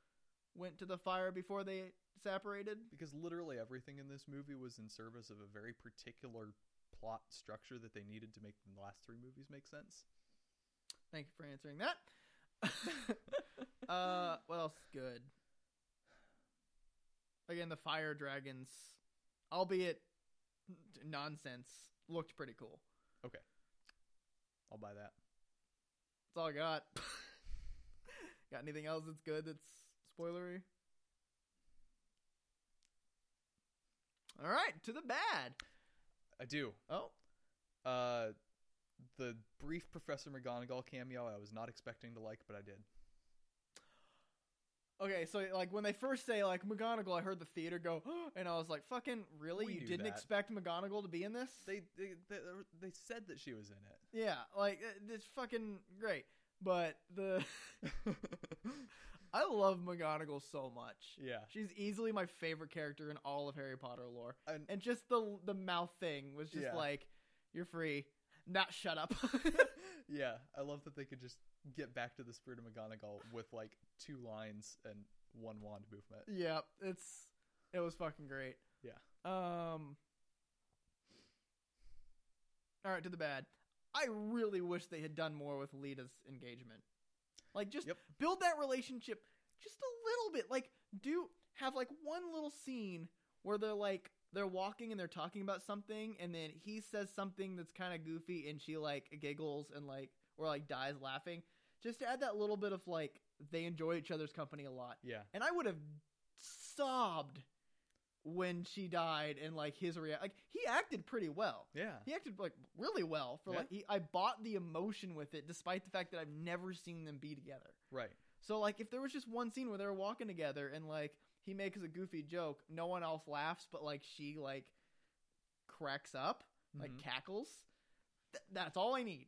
S2: went to the fire before they separated.
S1: Because literally everything in this movie was in service of a very particular plot structure that they needed to make the last three movies make sense.
S2: Thank you for answering that. uh, what else is good? Again, the fire dragons, albeit nonsense, looked pretty cool.
S1: I'll buy that.
S2: That's all I got. got anything else that's good that's spoilery? All right, to the bad.
S1: I do.
S2: Oh,
S1: Uh, the brief Professor McGonagall cameo I was not expecting to like, but I did.
S2: okay. So like when they first say like McGonagall, I heard the theater go, and I was like, "Fucking really?
S1: We
S2: you
S1: knew
S2: didn't
S1: that.
S2: expect McGonagall to be in this?"
S1: They they they, they said that she was in it.
S2: yeah, like it- it's fucking great. But the I love McGonagall so much.
S1: Yeah.
S2: She's easily my favorite character in all of Harry Potter lore.
S1: And-
S2: And, just the the mouth thing was just
S1: Yeah.
S2: like, you're free. Not shut up.
S1: Yeah, I love that they could just get back to the spirit of McGonagall with like two lines and one wand movement.
S2: yeah, it's it was fucking great.
S1: Yeah.
S2: Um All right, to the bad. I really wish they had done more with Lita's engagement. Like just
S1: Yep.
S2: build that relationship just a little bit. Like do have like one little scene where they're like they're walking and they're talking about something and then he says something that's kind of goofy and she like giggles and like or like dies laughing just to add that little bit of like they enjoy each other's company a lot
S1: Yeah.
S2: and i would have sobbed when she died and like his react like he acted pretty well
S1: Yeah.
S2: he acted like really well for
S1: Yeah.
S2: like he, i bought the emotion with it despite the fact that i've never seen them be together
S1: Right.
S2: so like if there was just one scene where they were walking together and like he makes a goofy joke, no one else laughs, but like she like cracks up, like
S1: Mhm.
S2: cackles. Th- that's all I need.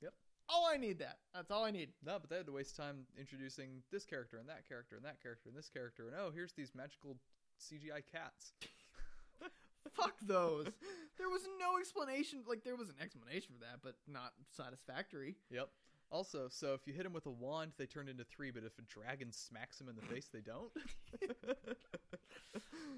S1: Yep.
S2: All I need that. That's all I need.
S1: No, but they had to waste time introducing this character and that character and that character and this character and oh, here's these magical CGI cats.
S2: Fuck those. there was no explanation. Like there was an explanation for that, but not satisfactory.
S1: Yep. Also, so if you hit them with a wand, they turn into three, but if a dragon smacks them in the face, they don't.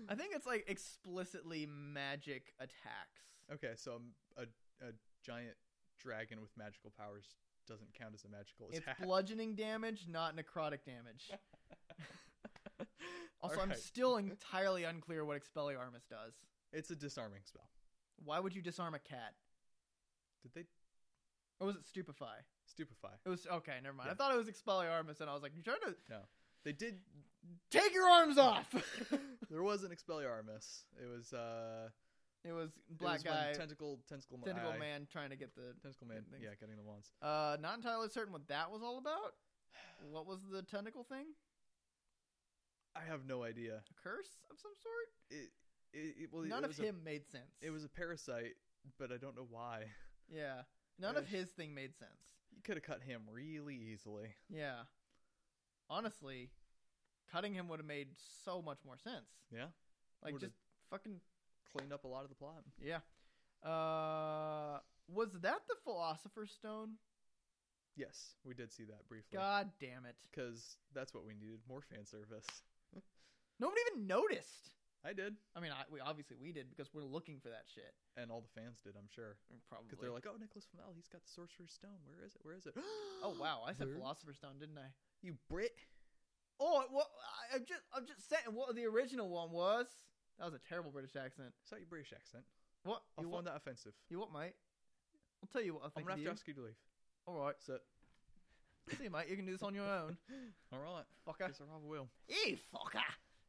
S2: I think it's like explicitly magic attacks.
S1: okay, so um, a, a giant dragon with magical powers doesn't count as a magical
S2: It's
S1: attack.
S2: bludgeoning damage, not necrotic damage. Also, I'm
S1: Alright.
S2: still entirely unclear what Expelliarmus does.
S1: It's a disarming spell.
S2: Why would you disarm a cat?
S1: Did they
S2: Or was it stupefy?
S1: stupefy?
S2: It was okay. Never mind.
S1: Yeah.
S2: I thought it was Expelliarmus, and I was like, "You're trying to
S1: They did.
S2: take your arms off."
S1: There was an Expelliarmus. It was uh,
S2: it was
S1: it
S2: black
S1: was when
S2: guy,
S1: tentacle, tentacle, ma-
S2: tentacle
S1: I-
S2: man, trying to get the.
S1: tentacle man.
S2: Good things.
S1: Yeah, getting the wands.
S2: Uh, not entirely certain what that was all about. What was the tentacle thing?
S1: I have no idea.
S2: A curse of some sort?
S1: It, it, it- well, it
S2: None of
S1: was a-
S2: him made sense.
S1: it was a parasite, but I don't know why.
S2: yeah. None of
S1: Ish.
S2: his thing made sense.
S1: You could have cut him really easily.
S2: Yeah. Honestly, cutting him would have made so much more sense.
S1: Yeah.
S2: Like
S1: Would've-
S2: just fucking
S1: Cleaned up a lot of the plot.
S2: Yeah. Uh, was that the Philosopher's Stone?
S1: Yes, we did see that briefly.
S2: God damn it!
S1: Because that's what we needed more fan service.
S2: Nobody even noticed.
S1: I did,
S2: I mean, I, we obviously we did because we're looking for that shit.
S1: and all the fans did, I'm sure.
S2: Probably.
S1: Because they're like, "Oh, Nicholas Flamel, he's got the Sorcerer's Stone. Where is it? Where is it?
S2: oh wow, I said
S1: Where?
S2: Philosopher's Stone, didn't I?
S1: you Brit."
S2: Oh, it, well, I, I'm just I'm just saying what the original one was. That was a terrible British accent.
S1: It's not your British accent.
S2: What
S1: I
S2: you want?
S1: find that offensive.
S2: You what, mate? I'll tell you what I
S1: I'm
S2: think.
S1: gonna have
S2: of
S1: to
S2: you.
S1: ask you to leave.
S2: All right,
S1: So,
S2: see, you, mate, you can do this on your own.
S1: all right.
S2: Fucker.
S1: Guess I rather will.
S2: Eee, fucker.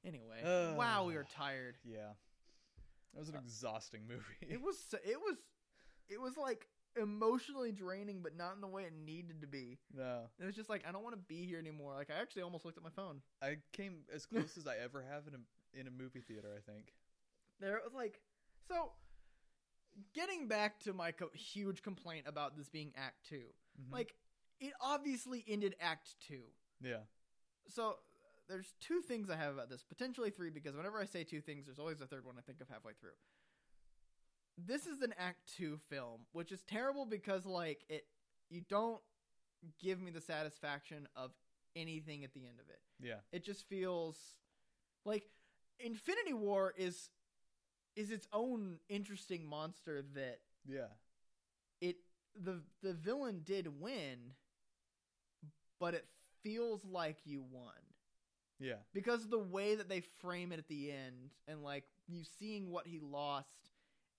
S2: Anyway,
S1: Ugh.
S2: wow, we are tired.
S1: Yeah, that was an
S2: Uh,
S1: exhausting movie.
S2: It was so- it was it was like emotionally draining, but not in the way it needed to be.
S1: No,
S2: It was just like I don't want to be here anymore. Like I actually almost looked at my phone.
S1: I came as close as I ever have in a in a movie theater. I think.
S2: There it was like so. Getting back to my co- huge complaint about this being Act 2
S1: Mhm.
S2: like it obviously ended Act Two.
S1: yeah,
S2: So there's two things I have about this, potentially three, because whenever I say two things, there's always a third one I think of halfway through. This is an Act Two film, which is terrible because like it, you don't give me the satisfaction of anything at the end of it.
S1: yeah,
S2: It just feels like Infinity War is is its own interesting monster that
S1: yeah,
S2: it the the villain did win, but it feels like you won
S1: yeah,
S2: because the way that they frame it at the end and like you seeing what he lost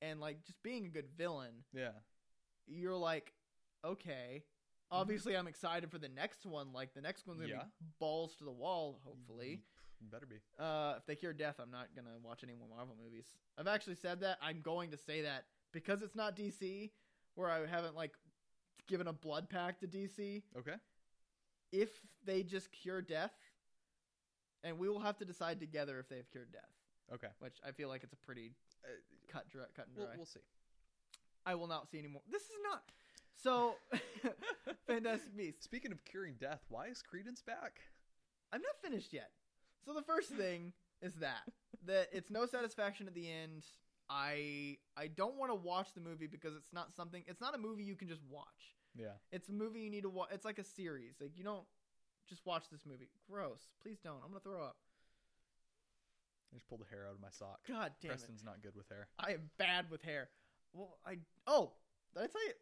S2: and like just being a good villain,
S1: yeah,
S2: you're like, okay. Obviously, I'm excited for the next one. Like the next one's gonna
S1: Yeah. Mm-hmm.
S2: be balls to the wall. Hopefully,
S1: better be.
S2: uh, if they cure death, I'm not gonna watch any more Marvel movies. I've actually said that. I'm going to say that because it's not DC, where I haven't like given a blood pack to DC.
S1: Okay,
S2: If they just cure death, and we will have to decide together if they have cured death,
S1: okay.
S2: which I feel like it's a pretty
S1: Uh,
S2: cut dry, cut and dry.
S1: we'll, we'll see.
S2: I will not see any more. This is not so. Fantastic Beasts.
S1: Speaking of curing death, why is Credence back?
S2: I'm not finished yet. So the first thing is that that it's no satisfaction at the end. I I don't want to watch the movie because it's not something. It's not a movie you can just watch.
S1: Yeah,
S2: It's a movie you need to watch. It's like a series. Like you don't just watch this movie. Gross. Please don't. I'm gonna throw up.
S1: I just pulled the hair out of my sock.
S2: God damn it.
S1: Preston's not good with hair.
S2: I am bad with hair. Well, I oh did I tell you?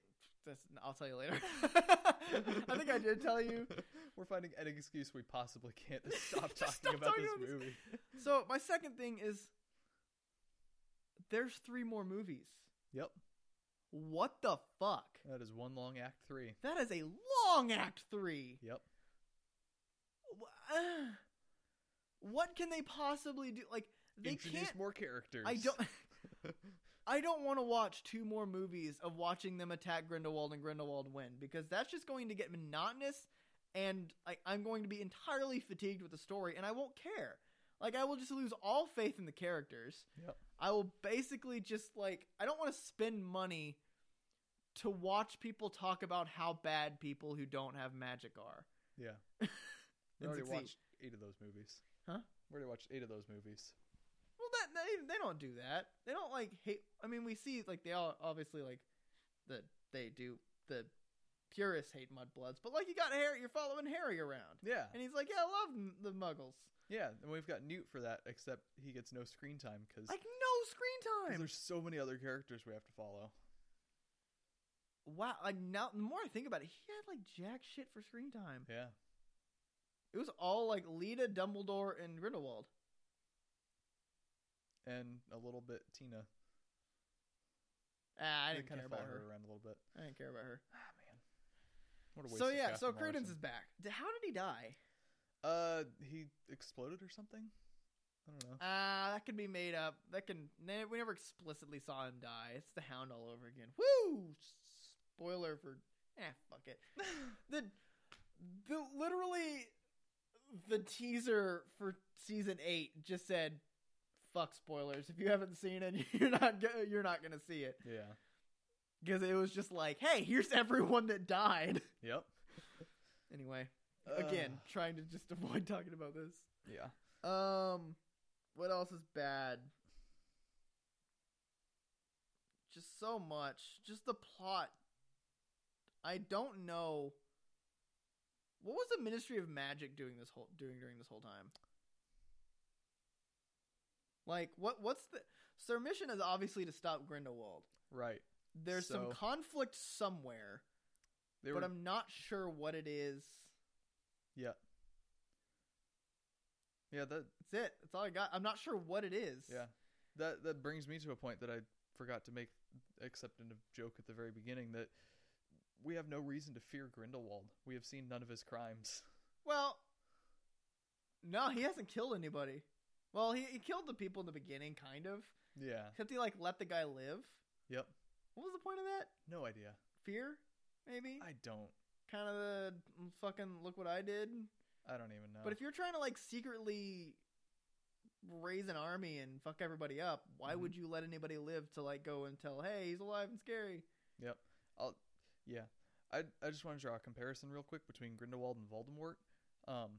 S2: That's, I'll tell you later. I think I did tell you.
S1: We're finding any excuse we possibly can to stop
S2: Just
S1: talking
S2: stop
S1: about
S2: talking
S1: this
S2: about this.
S1: movie.
S2: So my second thing is there's three more movies.
S1: Yep.
S2: What the fuck?
S1: That is one long act three.
S2: That is a long act three.
S1: Yep.
S2: Wh- uh, What can they possibly do? Like they
S1: Introduce
S2: can't.
S1: more characters.
S2: I don't. I don't want to watch two more movies of watching them attack Grindelwald and Grindelwald win because that's just going to get monotonous, and I, I'm going to be entirely fatigued with the story, and I won't care. Like I will just lose all faith in the characters.
S1: Yep.
S2: I will basically just like I don't want to spend money to watch people talk about how bad people who don't have magic are.
S1: Yeah. We
S2: and
S1: already
S2: succeed.
S1: watched eight of those movies.
S2: Huh?
S1: We already watched eight of those movies.
S2: Well, that they, they don't do that. They don't like hate. I mean, we see like they all obviously like the they do the purists hate mudbloods, but like you got Harry, you're following Harry around,
S1: Yeah.
S2: and he's like, yeah, I love m- the Muggles,
S1: Yeah. And we've got Newt for that, except he gets no screen time because
S2: like no screen time.
S1: there's so many other characters we have to follow.
S2: Wow, like now the more I think about it, he had like jack shit for screen time.
S1: Yeah.
S2: It was all like Lita, Dumbledore, and Grindelwald.
S1: And a little bit Tina.
S2: Ah, I
S1: They
S2: didn't
S1: kinda
S2: care about
S1: follow
S2: her.
S1: around a little bit.
S2: I didn't care about her.
S1: Ah, man. What a waste
S2: So
S1: of
S2: yeah, so
S1: Catherine
S2: Credence is
S1: Morrison.
S2: back. D- How did he die?
S1: Uh, he exploded or something? I don't know.
S2: Ah, that could be made up. That can ne- we never explicitly saw him die. It's the Hound all over again. Woo! Spoiler for eh, fuck it. the the literally the teaser for season eight just said, "Fuck spoilers." If you haven't seen it, you're not go- you're not gonna see it
S1: Yeah.
S2: because it was just like, "Hey, here's everyone that died."
S1: Yep.
S2: Anyway, again,
S1: Uh,
S2: trying to just avoid talking about this.
S1: yeah.
S2: Um, what else is bad? Just so much. Just the plot. I don't know. What was the Ministry of Magic doing this whole doing during this whole time? Like what? What's the? So their mission is obviously to stop Grindelwald.
S1: Right.
S2: There's some
S1: So-
S2: conflict somewhere,
S1: They
S2: but
S1: were
S2: I'm not sure what it is.
S1: Yeah, that
S2: That's it. That's all I got. I'm not sure what it is.
S1: Yeah. that that brings me to a point that I forgot to make except in a joke at the very beginning that we have no reason to fear Grindelwald. We have seen none of his crimes.
S2: Well, no, he hasn't killed anybody. Well, he, he killed the people in the beginning, kind of.
S1: Yeah.
S2: Except he like let the guy live.
S1: Yep.
S2: What was the point of that?
S1: No idea.
S2: Fear, maybe.
S1: I don't.
S2: kind of the mm, fucking look what I did.
S1: I don't even know.
S2: But if you're trying to like secretly raise an army and fuck everybody up, why
S1: Mhm.
S2: would you let anybody live to like go and tell, hey, he's alive and scary?
S1: Yeah. I I just want to draw a comparison real quick between Grindelwald and Voldemort. Um,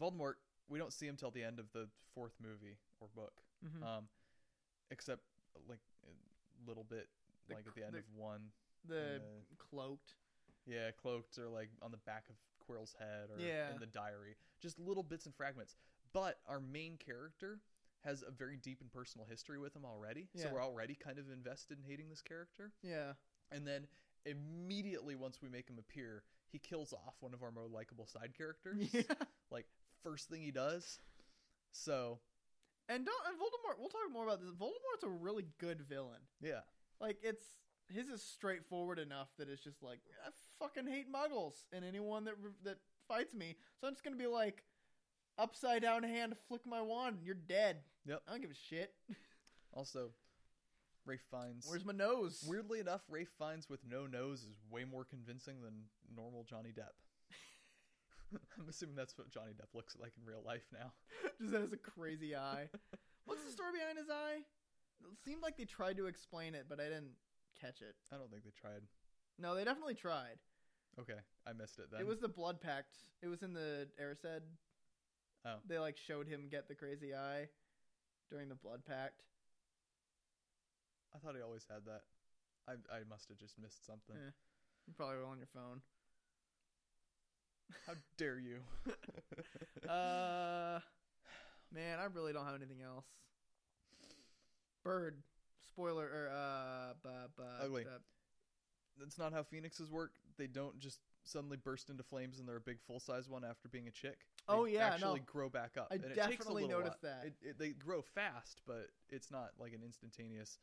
S1: Voldemort, we don't see him till the end of the fourth movie or book,
S2: Mm-hmm.
S1: um, except like a little bit,
S2: The
S1: like
S2: cl-
S1: at the end
S2: the-
S1: of one.
S2: the
S1: uh,
S2: cloaked.
S1: yeah, cloaked or like on the back of Quirrell's head or
S2: Yeah.
S1: in the diary, just little bits and fragments. But our main character has a very deep and personal history with him already, so
S2: Yeah.
S1: we're already kind of invested in hating this character.
S2: Yeah.
S1: And then immediately once we make him appear, he kills off one of our more likable side characters.
S2: yeah.
S1: Like first thing he does. So
S2: And don't and Voldemort. We'll talk more about this. Voldemort's a really good villain.
S1: yeah.
S2: Like it's his is straightforward enough that it's just like I fucking hate muggles and anyone that that fights me. So I'm just gonna be like upside down hand, flick my wand, and you're dead.
S1: Yep.
S2: I don't give a shit.
S1: Also, Ray Fiennes.
S2: Where's my nose?
S1: Weirdly enough, Ray Fiennes with no nose is way more convincing than normal Johnny Depp. I'm assuming that's what Johnny Depp looks like in real life now.
S2: just has a crazy eye. What's the story behind his eye? It seemed like they tried to explain it, but I didn't catch it.
S1: I don't think they tried.
S2: No, they definitely tried.
S1: Okay, I missed it then.
S2: It was the blood pact. It was in the Erised.
S1: Oh.
S2: They like showed him get the crazy eye during the blood pact.
S1: I thought he always had that. I I must have just missed something.
S2: Yeah. You're probably on your phone.
S1: How dare you?
S2: Uh man, I really don't have anything else. Bird. Spoiler or uh bu- bu-
S1: Ugly.
S2: bu-
S1: that's not how phoenixes work. They don't just suddenly burst into flames and they're a big full size one after being a chick. They
S2: Oh, yeah,
S1: actually
S2: no.
S1: grow back up.
S2: I
S1: and it takes a
S2: definitely
S1: little
S2: noticed
S1: while.
S2: that.
S1: It, it, they grow fast, but it's not like an instantaneous.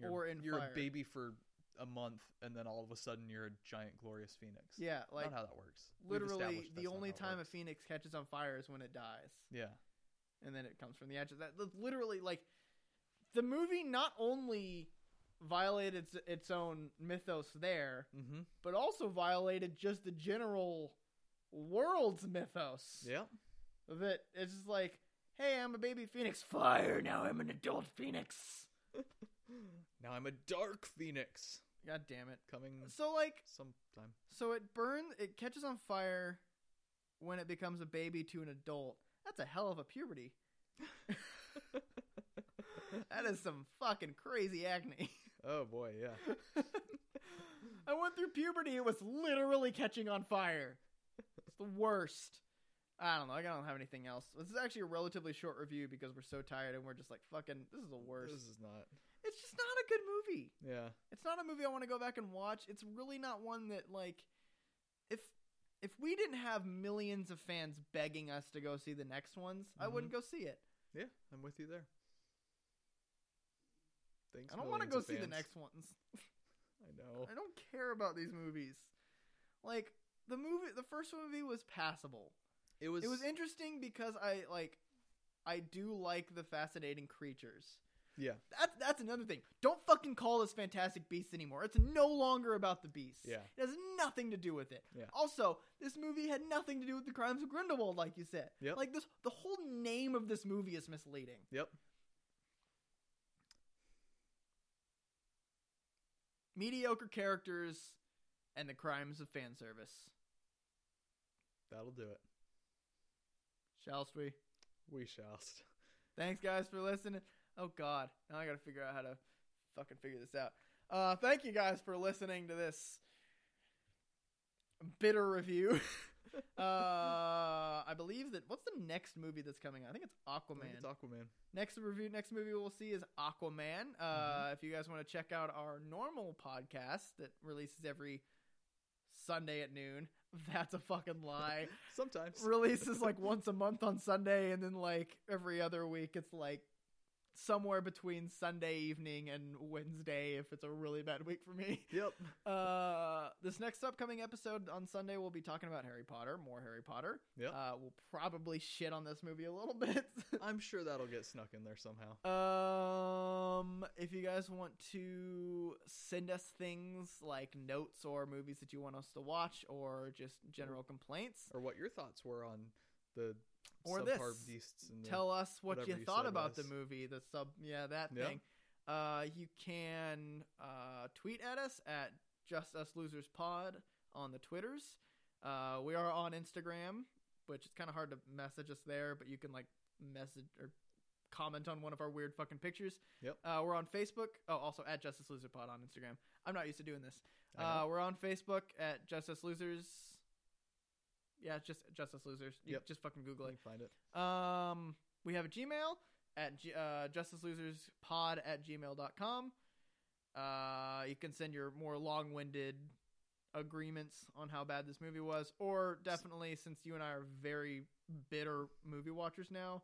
S1: You're,
S2: Or in
S1: you're
S2: fire.
S1: a baby for a month, and then all of a sudden you're a giant glorious phoenix.
S2: yeah, like
S1: not how that works. We've
S2: literally
S1: established
S2: the
S1: that's not
S2: only
S1: how it
S2: time a
S1: works.
S2: phoenix catches on fire is when it dies.
S1: yeah,
S2: and then it comes from the edges. That that's literally like the movie not only violated its, its own mythos there,
S1: mm-hmm.
S2: but also violated just the general world's mythos.
S1: yeah,
S2: That it's just like, hey, I'm a baby phoenix, fire. Now I'm an adult phoenix.
S1: Now I'm a dark phoenix
S2: God damn it.
S1: coming
S2: So like,
S1: sometime.
S2: so it burns, it catches on fire when it becomes a baby to an adult. That's a hell of a puberty. That is some fucking crazy acne.
S1: oh boy, yeah.
S2: I went through puberty. It was literally catching on fire. It's the worst. I don't know. I don't have anything else. This is actually a relatively short review because we're so tired and we're just like fucking. This is the worst.
S1: This is not.
S2: It's just not a good movie.
S1: Yeah.
S2: It's not a movie I want to go back and watch. It's really not one that like if if we didn't have millions of fans begging us to go see the next ones, I
S1: Mhm.
S2: wouldn't go see it.
S1: Yeah, I'm with you there. Thanks.
S2: I don't want to
S1: millions
S2: go
S1: of
S2: see the
S1: fans. Oh.
S2: next ones.
S1: I know.
S2: I don't care about these movies. Like the movie, the first movie was passable.
S1: It was.
S2: It was interesting because I like, I do like the fascinating creatures.
S1: Yeah.
S2: That's that's another thing. Don't fucking call this Fantastic Beasts anymore. It's no longer about the beasts.
S1: Yeah.
S2: it has nothing to do with it.
S1: Yeah.
S2: Also, this movie had nothing to do with the crimes of Grindelwald, like you said.
S1: Yep.
S2: Like this, the whole name of this movie is misleading.
S1: Yep.
S2: Mediocre characters and the crimes of fan service.
S1: That'll do it.
S2: Shall we?
S1: We shall.
S2: Thanks, guys, for listening. Oh, God. Now I got to figure out how to fucking figure this out. Uh, thank you guys for listening to this bitter review. uh, I believe that. What's the next movie that's coming out? I think it's
S1: I think
S2: Aquaman.
S1: It's Aquaman.
S2: next review, next movie we'll see is Aquaman. Uh,
S1: Mm-hmm.
S2: If you guys want to check out our normal podcast that releases every Sunday at noon, that's a fucking lie
S1: Sometimes.
S2: releases like once a month on Sunday, and then like every other week, it's like somewhere between Sunday evening and Wednesday if it's a really bad week for me.
S1: Yep.
S2: Uh, this next upcoming episode on Sunday, we'll be talking about Harry Potter, more Harry Potter.
S1: Yep.
S2: Uh, we'll probably shit on this movie a little bit.
S1: I'm sure that'll get snuck in there somehow.
S2: um, if you guys want to send us things like notes or movies that you want us to watch or just general complaints,
S1: Or what your thoughts were on the
S2: Or
S1: subpar
S2: this.
S1: beasts and the-
S2: tell us what
S1: whatever
S2: you
S1: you
S2: thought
S1: said
S2: about the
S1: was.
S2: movie the sub yeah that
S1: Yeah.
S2: thing uh you can uh tweet at us at just us losers pod on the twitters uh we are on instagram which it's kind of hard to message us there but you can like message or comment on one of our weird fucking pictures
S1: Yep.
S2: uh we're on facebook oh also at justice loser pod on instagram i'm not used to doing this
S1: I know.
S2: uh we're on facebook at justice losers yeah it's just justice losers you
S1: Yep.
S2: just fucking google
S1: You
S2: it
S1: can find it.
S2: um, we have a Gmail at g- uh, justiceloserspod at gmail.com. Uh, you can send your more long winded agreements on how bad this movie was, or definitely since you and I are very bitter movie watchers now,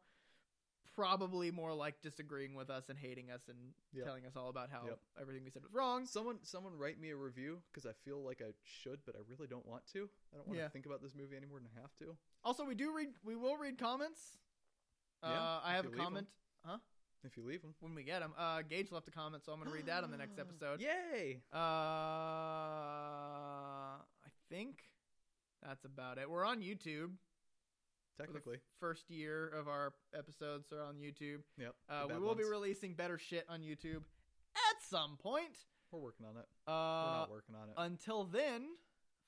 S2: probably more like disagreeing with us and hating us and
S1: Yep.
S2: telling us all about how
S1: Yep.
S2: everything we said was wrong.
S1: Someone, someone write me a review because I feel like I should, but I really don't want to. I don't want to
S2: Yeah.
S1: think about this movie any more than I have to.
S2: Also, we do read, we will read comments.
S1: Yeah,
S2: uh, I
S1: if
S2: have a
S1: you leave 'em.
S2: comment
S1: If you leave them,
S2: when we get them. Uh, Gage left a comment, so I'm going to read that on the next episode.
S1: Yay!
S2: Uh, I think that's about it. We're on YouTube. For the
S1: Technically,
S2: f- first year of our episodes are on YouTube.
S1: yep.
S2: Uh,
S1: the
S2: we
S1: bad
S2: will be
S1: ones.
S2: releasing better shit on YouTube at some point.
S1: We're working on it. We're
S2: Uh,
S1: not working on it.
S2: until then,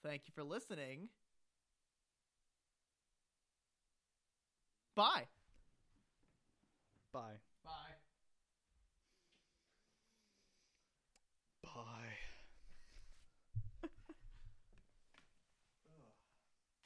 S2: thank you for listening. Bye.
S1: Bye.
S2: Bye.